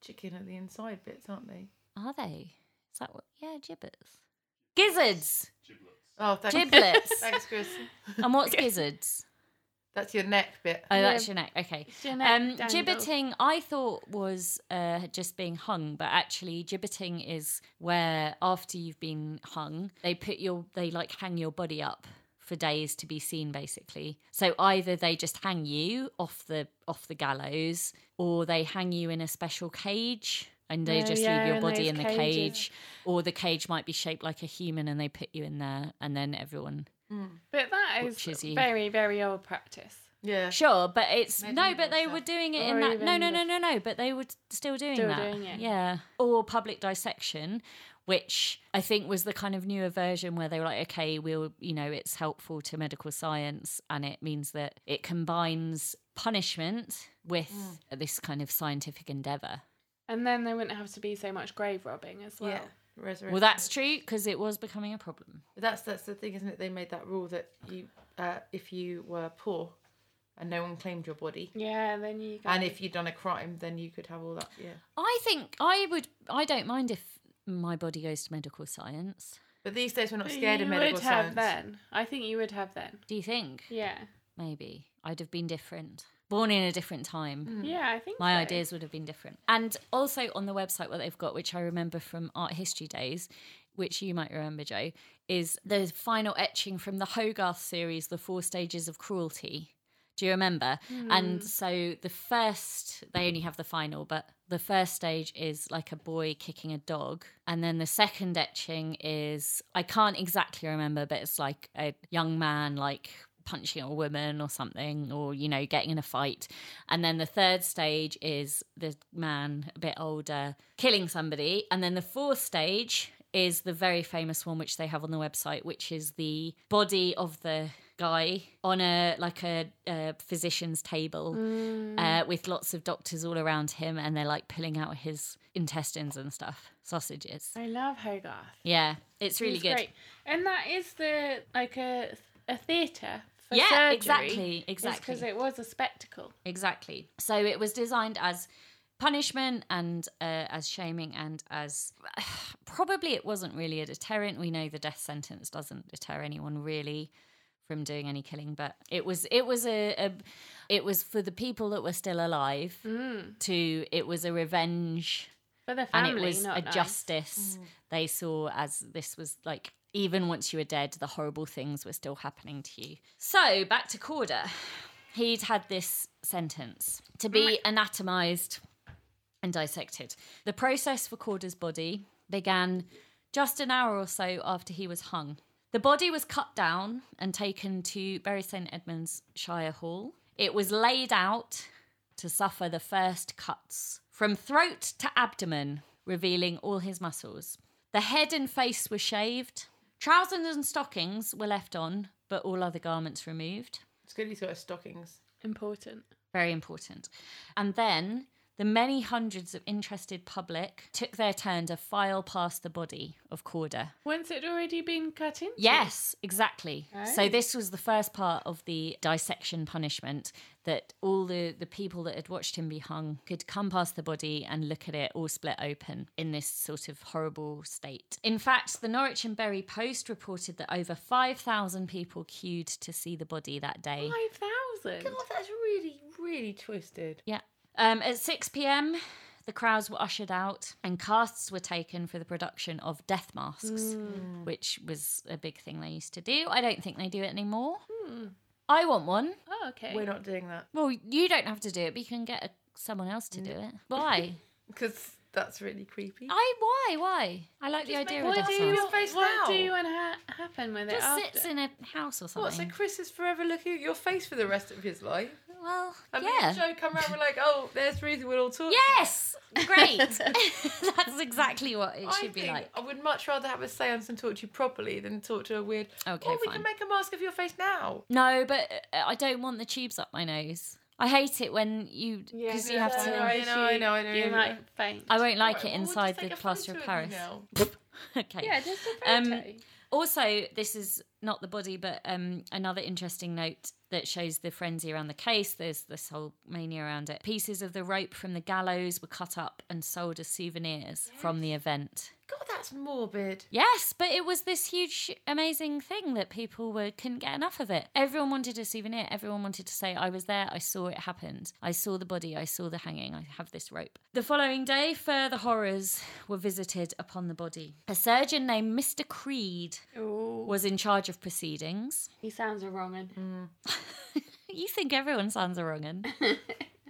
chicken at the inside bits, aren't they?
Are they? Is that what? Yeah, gibbets. Gizzards!
Oh, thanks.
Giblets!
Thanks, Chris.
and what's gizzards?
That's your neck bit.
Oh,
Yeah.
that's your neck. Okay.
your neck
Um,
dangle.
gibbeting, I thought was uh, just being hung, but actually, gibbeting is where after you've been hung, they put your they like hang your body up for days to be seen, basically. So either they just hang you off the off the gallows, or they hang you in a special cage. And they
Oh,
just
yeah,
leave your
in
body
those
in the
cages.
cage, or the cage might be shaped like a human, and they put you in there, and then everyone
But that is,
Which is you.
very, very old practice.
Yeah.
Sure, but it's
Maybe
no,
even
but they
stuff.
were doing it in
Or
that. No,
even
no, no,
the-
no, no. But they were t- still doing
Still
that.
doing it.
Yeah, or public dissection, which I think was the kind of newer version where they were like, okay, we'll, you know, it's helpful to medical science, and it means that it combines punishment with
Mm.
this kind of scientific endeavor.
And then there wouldn't have to be so much grave robbing as well.
Yeah. Resurrection.
Well, that's true because it was becoming a problem.
that's that's the thing, isn't it? They made that rule that you, uh, if you were poor, and no one claimed your body,
Yeah, then you got
and if you'd done a crime, then you could have all that. Yeah.
I think I would. I don't mind if my body goes to medical science.
But these days we're not scared
you
of medical
would
science.
have then. I think you would have then.
Do you think?
Yeah.
Maybe I'd have been different, born in a different time.
Yeah, I think
Hmm. My
so.
ideas would have been different. And also on the website, what they've got, which I remember from art history days, which you might remember, Joe, is the final etching from the Hogarth series, The Four Stages of Cruelty. Do you remember? And so the first, they only have the final, but the first stage is like a boy kicking a dog. And then the second etching is, I can't exactly remember, but it's like a young man, like punching a woman or something or you know getting in a fight and then the third stage is the man a bit older killing somebody and then the fourth stage is the very famous one which they have on the website which is the body of the guy on a like a, a physician's table
Mm.
uh, with lots of doctors all around him and they're like pulling out his intestines and stuff sausages
I love Hogarth.
yeah it's really
He's
good
Great. And that is the like a a theatre for
Yeah,
surgery.
exactly, exactly.
Because it was a spectacle.
Exactly. So it was designed as punishment and uh, as shaming and as probably it wasn't really a deterrent. We know the death sentence doesn't deter anyone really from doing any killing, but it was it was a, a it was for the people that were still alive to it was a revenge
For the family,
and it was
not
a
nice. Mm.
justice they saw as this was like even once you were dead the horrible things were still happening to you so back to corda he'd had this sentence to be
Mm.
anatomized and dissected the process for corda's body began just an hour or so after he was hung the body was cut down and taken to bury st edmunds shire hall it was laid out to suffer the first cuts from throat to abdomen, revealing all his muscles. The head and face were shaved. Trousers and stockings were left on, but all other garments removed.
It's good he's got his stockings.
Important.
Very important. And then The many hundreds of interested public took their turn to file past the body of Corda.
When's it already been cut in?
Yes, exactly. So
Oh.
this was the first part of the dissection punishment that all the, the people that had watched him be hung could come past the body and look at it all split open in this sort of horrible state. In fact, the Norwich and Bury Post reported that over 5,000 people queued to see the body that day.
Five thousand.
Oh,
God, that's really, really twisted.
Yeah. Um, at 6 p.m., the crowds were ushered out and casts were taken for the production of death masks, which was a big thing they used to do. I don't think they do it anymore. I want one.
Oh, okay.
We're not doing that
Well, you don't have to do it, but you can get a, someone else to do it. Why?
because that's really creepy.
I why why? I like the idea of a
what
death
do
mask.
you,
Your face
what
now.
do you want to ha- happen with it
Just
after?
sits in a house or
What? So
something.
Chris is forever looking at your face for the rest of his life.
well,
And
yeah.
yeah. Joe come around, we're like, oh, there's the reason we're all talking.
Yes, great. That's exactly what it
I
should be
think
like.
I would much rather have a séance and talk to you properly than talk to a weird.
Okay,
oh, we
fine.
can make a mask of your face now.
No, but uh, I don't want the tubes up my nose. I hate it when you
Yeah,
because you
no,
have
no,
to.
no,
I know, I know, I know,
You
I know.
might faint.
I won't like
Right,
it
well, we'll just
inside
take
the
a
plaster of
photo you
Paris.
now.
okay.
yeah, just a
Um,
photo.
Also, this is not the body, but um, another interesting note that shows the frenzy around the case. There's this whole mania around it. Pieces of the rope from the gallows were cut up and sold as souvenirs from the event.
God, that's morbid.
Yes, but it was this huge, amazing thing that people were couldn't get enough of it. Everyone wanted a souvenir. Everyone wanted to say, "I was there. I saw it happened. I saw the body. I saw the hanging. I have this rope." The following day, further horrors were visited upon the body. A surgeon named Mr. Creed
Ooh,
was in charge of proceedings.
he sounds a wrong one.
Mm.
You think everyone sounds a wrong'un?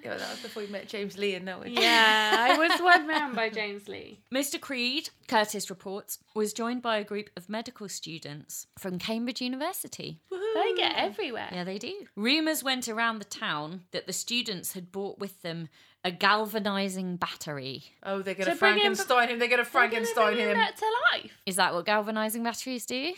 Yeah, that was before you met James Lee, and that was
Yeah, I was one man by James Lee.
Mr. Creed, Curtis reports, was joined by a group of medical students from Cambridge University.
They get everywhere.
Mm. Yeah, they do. Rumours went around the town that the students had brought with them a galvanising battery.
Oh, they're gonna
So bring in-
Frankenstein him. They're gonna
They're gonna
Frankenstein
bring
him.
that to life.
Is that what galvanising batteries do?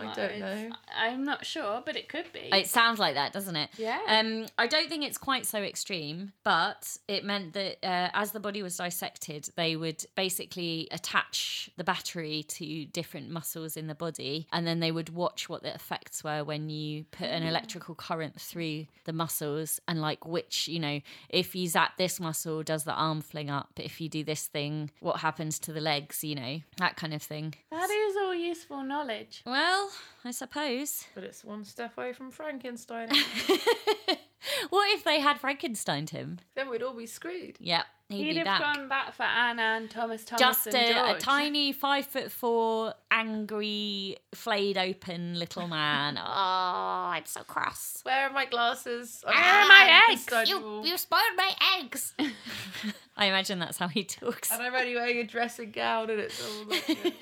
I don't know.
I'm not sure, but it could be.
It sounds like that, doesn't it?
Yeah.
Um, I don't think it's quite so extreme, but it meant that uh, as the body was dissected, they would basically attach the battery to different muscles in the body, and then they would watch what the effects were when you put an electrical current through the muscles, and like which, you know, if you zap this muscle, does the arm fling up? If you do this thing, what happens to the legs? You know, that kind of thing.
that is all useful knowledge.
Well, I suppose.
But it's one step away from Frankenstein.
what if they had Frankensteined him?
then we'd all be screwed.
Yep, he'd,
He'd
be
have
back.
gone back for Anna and Thomas Thomas
Just
and
a, a
George.
tiny five foot four, angry, flayed open little man. oh, I'm so cross.
Where are my glasses? Ah, I'm
Where are my
Frankenstein
eggs?
rule.
You, you spoiled my eggs. I imagine that's how he talks.
And I'm only wearing a dressing gown, and it's all. Like,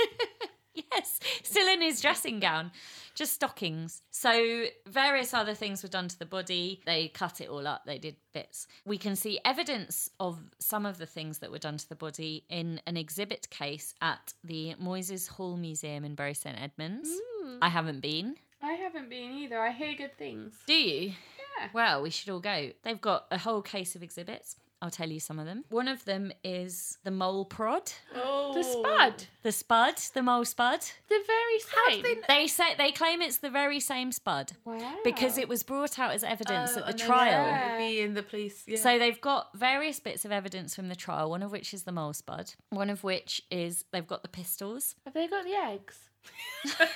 yes, still in his dressing gown, just stockings. So, various other things were done to the body. They cut it all up, they did bits. We can see evidence of some of the things that were done to the body in an exhibit case at the Moyses Hall Museum in Bury St Edmunds. I haven't been.
I haven't been either. I hear good things.
Do you?
Yeah.
Well, we should all go. They've got a whole case of exhibits. I'll tell you some of them. One of them is the mole prod,
oh,
The spud.
the spud, the mole spud.
The very same.
They say they claim it's the very same spud.
Wow.
because it was brought out as evidence
Oh,
at the
and then
trial.
that would Be in the police. Yeah.
So they've got various bits of evidence from the trial, one of which is the mole spud, one of which is they've got the pistols.
Have they got the eggs?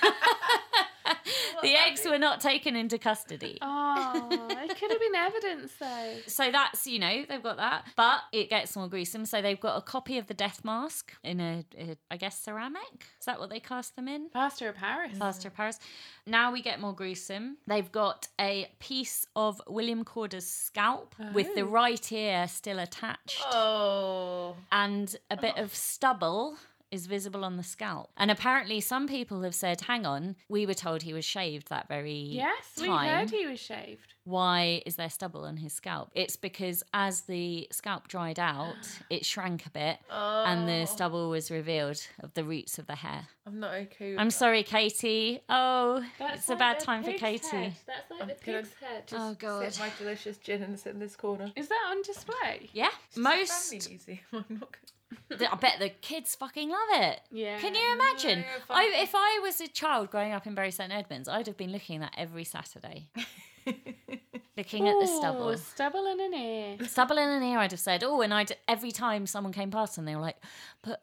the eggs were not taken into custody.
Oh, it could have been evidence though.
So that's, you know, they've got that. But it gets more gruesome. So they've got a copy of the death mask in a, a I guess, ceramic. Is that what they cast them in?
Pastor of Paris.
Plaster
Mm.
of Paris. Now we get more gruesome. They've got a piece of William Corder's scalp with the right ear still attached.
Oh.
and a bit of stubble is visible on the scalp. And apparently, some people have said, hang on, we were told he was shaved that very
Yes, we
time.
heard he was shaved.
Why is there stubble on his scalp? It's because as the scalp dried out, it shrank a bit and
Oh.
the stubble was revealed of the roots of the hair.
I'm not okay. With
I'm
that.
sorry, Katie. Oh,
That's
it's a
like
bad
the
time for
pig's
Katie.
head. That's like the
I'm gonna-
pig's head.
Oh, God.
Sit my delicious gin and sit in this corner.
Is that on display?
Yeah,
Family
most.
museum. I'm not.
I bet the kids fucking love it.
Yeah.
Can you imagine?
No, if
I,
I-
if I was a child growing up in Bury St Edmunds, I'd have been looking at that every Saturday, looking at the stubble.
Ooh, stubble in an ear.
Stubble in an ear, I'd have said. Oh, and I'd every time someone came past and they were like, but.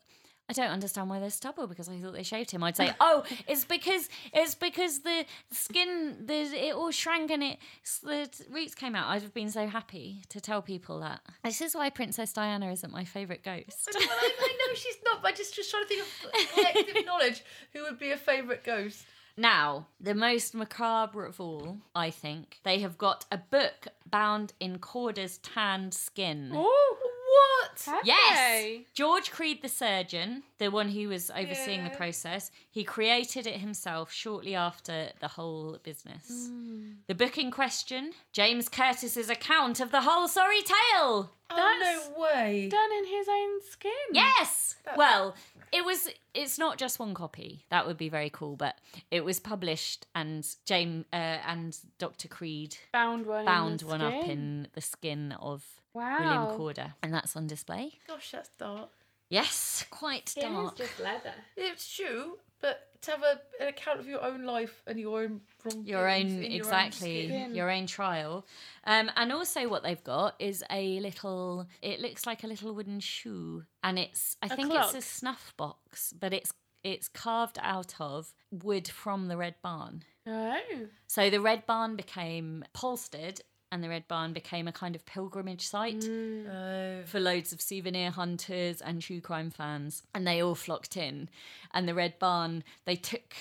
I don't understand why there's stubble because I thought they shaved him. I'd say, oh, it's because it's because the skin, the it all shrank and it the roots came out. I'd have been so happy to tell people that. This is why Princess Diana isn't my favourite ghost.
well, I, I know she's not, but I just just trying to think of collective knowledge. Who would be a favourite ghost?
Now, the most macabre of all, I think, they have got a book bound in Corda's tanned skin.
Oh, what?
Have
Yes!
they?
George Creed, the surgeon, the one who was overseeing the process, he created it himself shortly after the whole business. The book in question, James Curtis's account of the whole sorry tale.
oh, no way.
Done in his own skin.
Yes. Well, it was. It's not just one copy. That would be very cool. But it was published, and James uh, and Doctor Creed
Bound one. in the
bound one up
skin.
in the skin of
Wow.
William Corder, and that's on display.
Gosh, that's dark.
Yes, quite
Skin is
dark.
just leather.
It's true, but to have a, an account of your own life and your own wrong
your
feelings
own
in your
exactly
skin.
skin.
your own trial um and also what they've got is a little it looks like a little wooden shoe and it's i think it's a
clock.
snuff box but it's it's carved out of wood from the red barn
Oh.
so the red barn became polstered and the red barn became a kind of pilgrimage site
Oh,
for loads of souvenir hunters and true crime fans, and they all flocked in. And the Red Barn, they took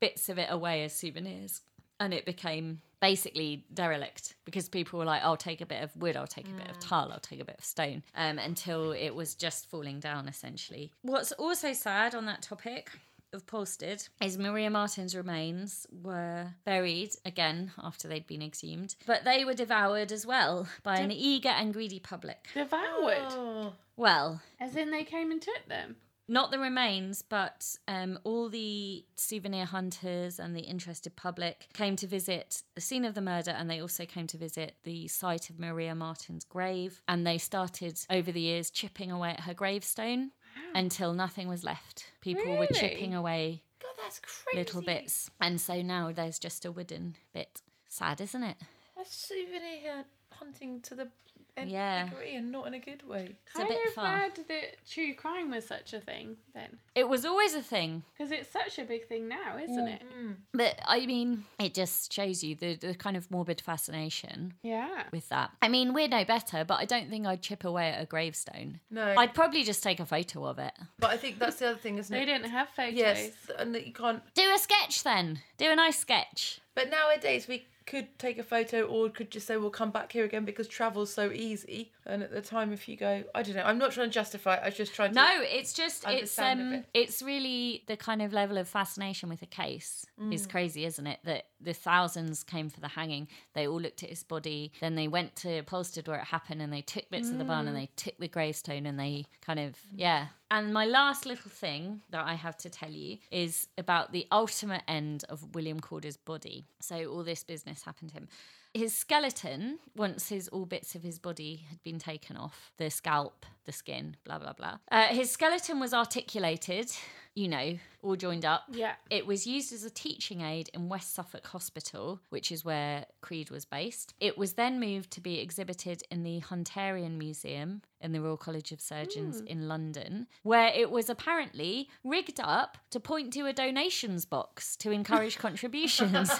bits of it away as souvenirs, and it became basically derelict because people were like, "I'll take a bit of wood, I'll take a bit of tile, I'll take a bit of stone," um, until it was just falling down essentially. What's also sad on that topic. Of Polstead is Maria Martin's remains were buried again after they'd been exhumed, but they were devoured as well by an eager and greedy public.
Devoured.
Oh.
Well,
As in they came and took them.
not the remains, but um, all the souvenir hunters and the interested public came to visit the scene of the murder and they also came to visit the site of Maria Martin's grave. And they started over the years chipping away at her gravestone until nothing was left. People were
Really?
chipping away
God, that's crazy.
little bits. And so now there's just a wooden bit. Sad, isn't it?
That's souvenir hunt- hunting to the nth
Yeah.
degree and not in a good way.
It's a
kind
bit
of
far.
mad that true crime was such a thing then.
It was always a thing.
Because it's such a big thing now, isn't it?
Mm.
Hmm.
But I mean, it just shows you the, the kind of morbid fascination
Yeah.
with that. I mean, we're no better, but I don't think I'd chip away at a gravestone.
No,
I'd probably just take a photo of it.
but I think that's the other thing, isn't
They
it?
didn't have photos.
Yes, and that you can't.
Do a sketch then. Do a nice sketch.
But nowadays we could take a photo or could just say we'll come back here again because travel's so easy. And at the time, if you go, I don't know. I'm not trying to justify it. I was just trying to.
No, it's just it's
Understand a
um
bit.
it's really the kind of level of fascination with the case is
Mm.
crazy, isn't it? That the thousands came for the hanging. They all looked at his body, then they went to Polstead where it happened and they took bits of the barn
Mm.
and they took the gravestone and they kind of yeah. And my last little thing that I have to tell you is about the ultimate end of William Corder's body. So all this business happened to him. His skeleton, once his all bits of his body had been taken off, the scalp, the skin, blah blah blah. Uh, his skeleton was articulated, you know, all joined up.
Yeah.
It was used as a teaching aid in West Suffolk Hospital, which is where Creed was based. It was then moved to be exhibited in the Hunterian Museum in the Royal College of Surgeons in London, where it was apparently rigged up to point to a donations box to encourage contributions.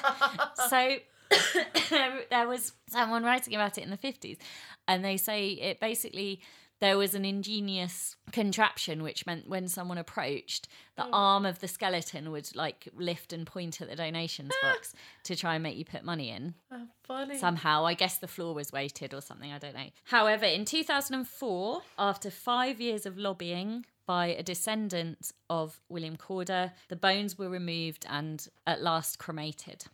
so there was someone writing about it in the 50s, and they say it basically. There was an ingenious contraption which meant when someone approached, the arm of the skeleton would like lift and point at the donations box to try and make you put money in
How funny.
somehow. I guess the floor was weighted or something, I don't know. However, in 2004, after five years of lobbying by a descendant of William Corder. The bones were removed and at last cremated.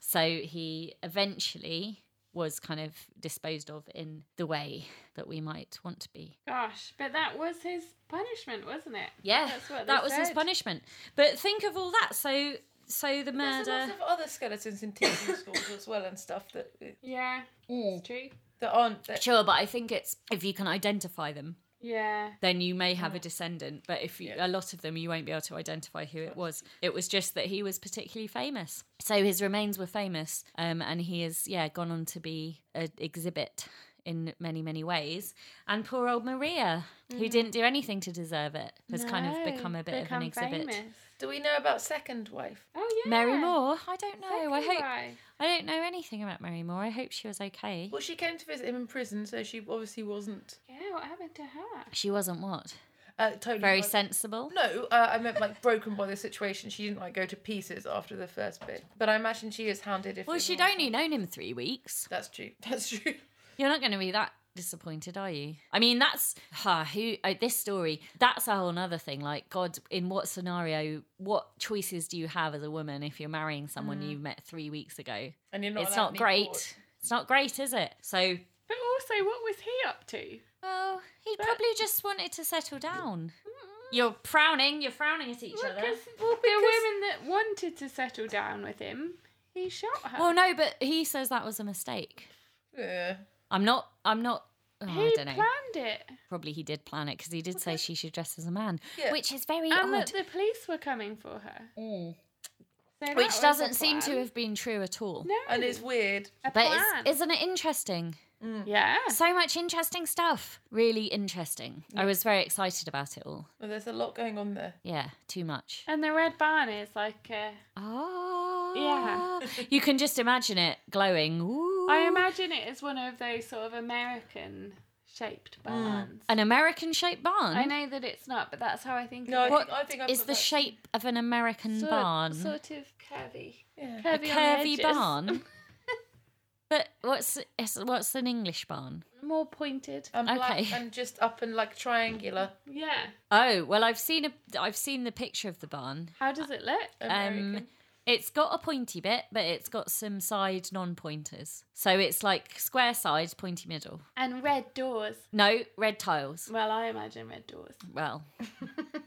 So he eventually was kind of disposed of in the way that we might want to be.
Gosh, but that was his punishment, wasn't it?
Yeah,
That's what they
that was his
said.
punishment. But think of all that. So, so the
There's
murder.
lots of other skeletons in teaching schools as well and stuff that
Yeah,
Mm.
it's true.
that aren't. That,
Sure, but I think it's if you can identify them,
Yeah,
then you may have a descendant. But if you,
Yeah.
a lot of them, you won't be able to identify who it was. It was just that he was particularly famous, so his remains were famous, um, and he has yeah gone on to be an exhibit in many many ways. And poor old Maria, who didn't do anything to deserve it, has kind of
Mm. No,
become a bit of
become
an exhibit.
famous.
do we know about second wife?
Oh yeah,
Mary Moore, I don't know. I
Second
hope
wife.
I don't know anything about Mary Moore. I hope she was okay.
Well, she came to visit him in prison, so she obviously wasn't
Yeah, what happened to her?
She wasn't what?
uh, totally
Very
like-
sensible.
No, uh, I meant like broken by the situation. She didn't like go to pieces after the first bit. But I imagine she is hounded if.
Well,
it
she'd
was-
only known him three weeks.
That's true. That's true.
You're not going to be that disappointed, are you? I mean, that's huh, who uh, this story. That's a whole other thing. Like, God, in what scenario, what choices do you have as a woman if you're marrying someone you met three weeks ago?
And you're not.
it's Mm. not
allowed any
great.
port.
It's not great, is it? So,
But also, what was he up to?
well, he probably just wanted to settle down. You're frowning. You're frowning at each other.
Because well, the women that wanted to settle down with him, he shot her.
Well, no, but he says that was a mistake.
Yeah.
I'm not. I'm not. Oh, I
he
don't know.
planned it,
Probably he did plan it because he did say she should dress as a man,
Yeah.
which is very
and
odd. Mm.
that the police were coming for her. So that was
which
a
doesn't seem
plan.
to have been true at all.
No,
And it's weird.
a
But
plan.
it's, isn't it interesting?
yeah,
So much interesting stuff. Really interesting. I was very excited about it all.
Well, there's a lot going on there.
Yeah, too much.
and the red barn is like. Uh,
Oh,
Yeah.
you can just imagine it glowing. Ooh.
I imagine it is one of those sort of American
Mm.
shaped barns.
an American-shaped barn.
I know that it's not, but that's how I think.
No, I
of
think, I think I've
Is
got
the
that.
shape of an American
it. Sort,
barn
sort of curvy,
Yeah.
a
curvy, on the
curvy
edges.
barn? but what's it's- what's an English barn?
more pointed.
And black
Okay.
and just up and like triangular.
Yeah,
Oh well, I've seen a I've seen the picture of the barn.
how does it look?
Um,
American.
it's got a pointy bit, but it's got some side non-pointers. So it's like square side, pointy middle.
And red doors.
No red tiles.
Well, I imagine red doors.
Well,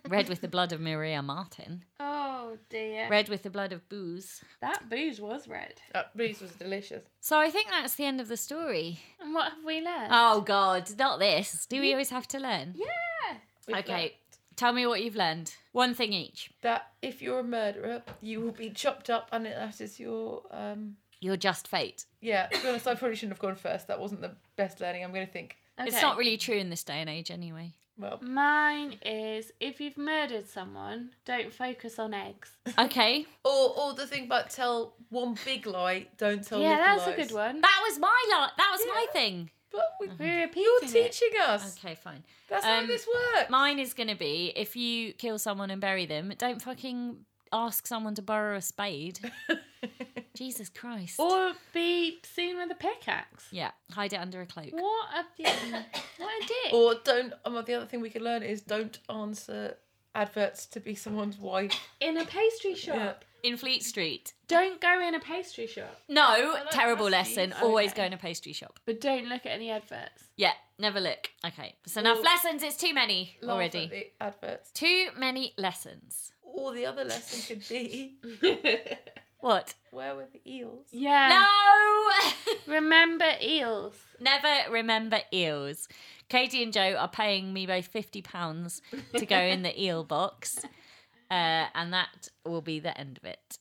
red with the blood of Maria Martin.
Oh dear.
Red with the blood of booze.
That booze was red.
that breeze Uh, was delicious.
So I think that's the end of the story.
And what have we learned?
Oh God, not this. Do we always have to learn?
yeah.
With
Okay, tell me what you've learned. One thing each.
That, that if you're a murderer, you will be chopped up, and it, that is your um.
Your just fate.
Yeah. To be honest, I probably shouldn't have gone first. That wasn't the best learning. I'm going to think.
It's not really true in this day and age, anyway.
Well,
Mine is if you've murdered someone, don't focus on eggs.
Okay,
Or, or the thing about tell one big lie, don't tell
yeah,
little
that's a
lies.
good one.
that was my lot. That was my thing.
But we,
We're repeating
you're
it.
teaching us.
Uh-huh. Okay, fine.
That's
Um,
how this works.
Mine is going to be if you kill someone and bury them, don't fucking ask someone to borrow a spade. Jesus Christ.
Or be seen with a pickaxe.
yeah, hide it under a cloak.
What a what a dick.
or don't. Um, the other thing we could learn is don't answer adverts to be someone's wife.
in a pastry shop.
Yeah.
In Fleet Street.
Don't go in a pastry shop.
No, terrible lesson. Always
Okay.
go in a pastry shop.
But don't look at any adverts.
Yeah, never look. Okay, it's enough lessons. It's too many
Laugh
already.
at the adverts.
Too many lessons.
Or the other lesson could be
What?
where were the eels?
Yeah.
No!
Remember eels.
Never remember eels. Katie and Joe are paying me both fifty pounds to go in the eel box, uh, and that will be the end of it.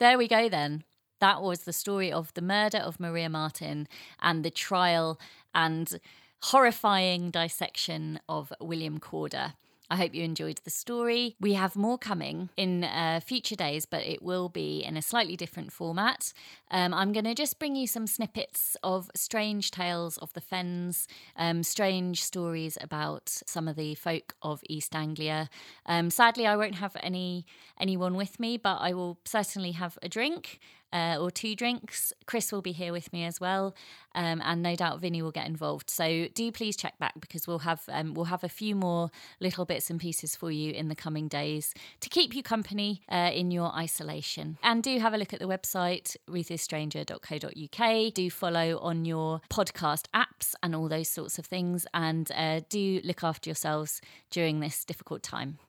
There we go. Then that was the story of the murder of Maria Martin and the trial and horrifying dissection of William Corder. I hope you enjoyed the story. We have more coming in uh, future days, but it will be in a slightly different format. Um, I'm going to just bring you some snippets of strange tales of the Fens, um, strange stories about some of the folk of East Anglia. Um, sadly, I won't have any anyone with me, but I will certainly have a drink uh, or two drinks. Chris will be here with me as well, um, and no doubt Vinny will get involved. So do please check back because we'll have um, we'll have a few more little bits and pieces for you in the coming days to keep you company uh, in your isolation. And do have a look at the website ruthisstranger.co.uk. Do follow on your podcast apps and all those sorts of things, and uh, do look after yourselves during this difficult time.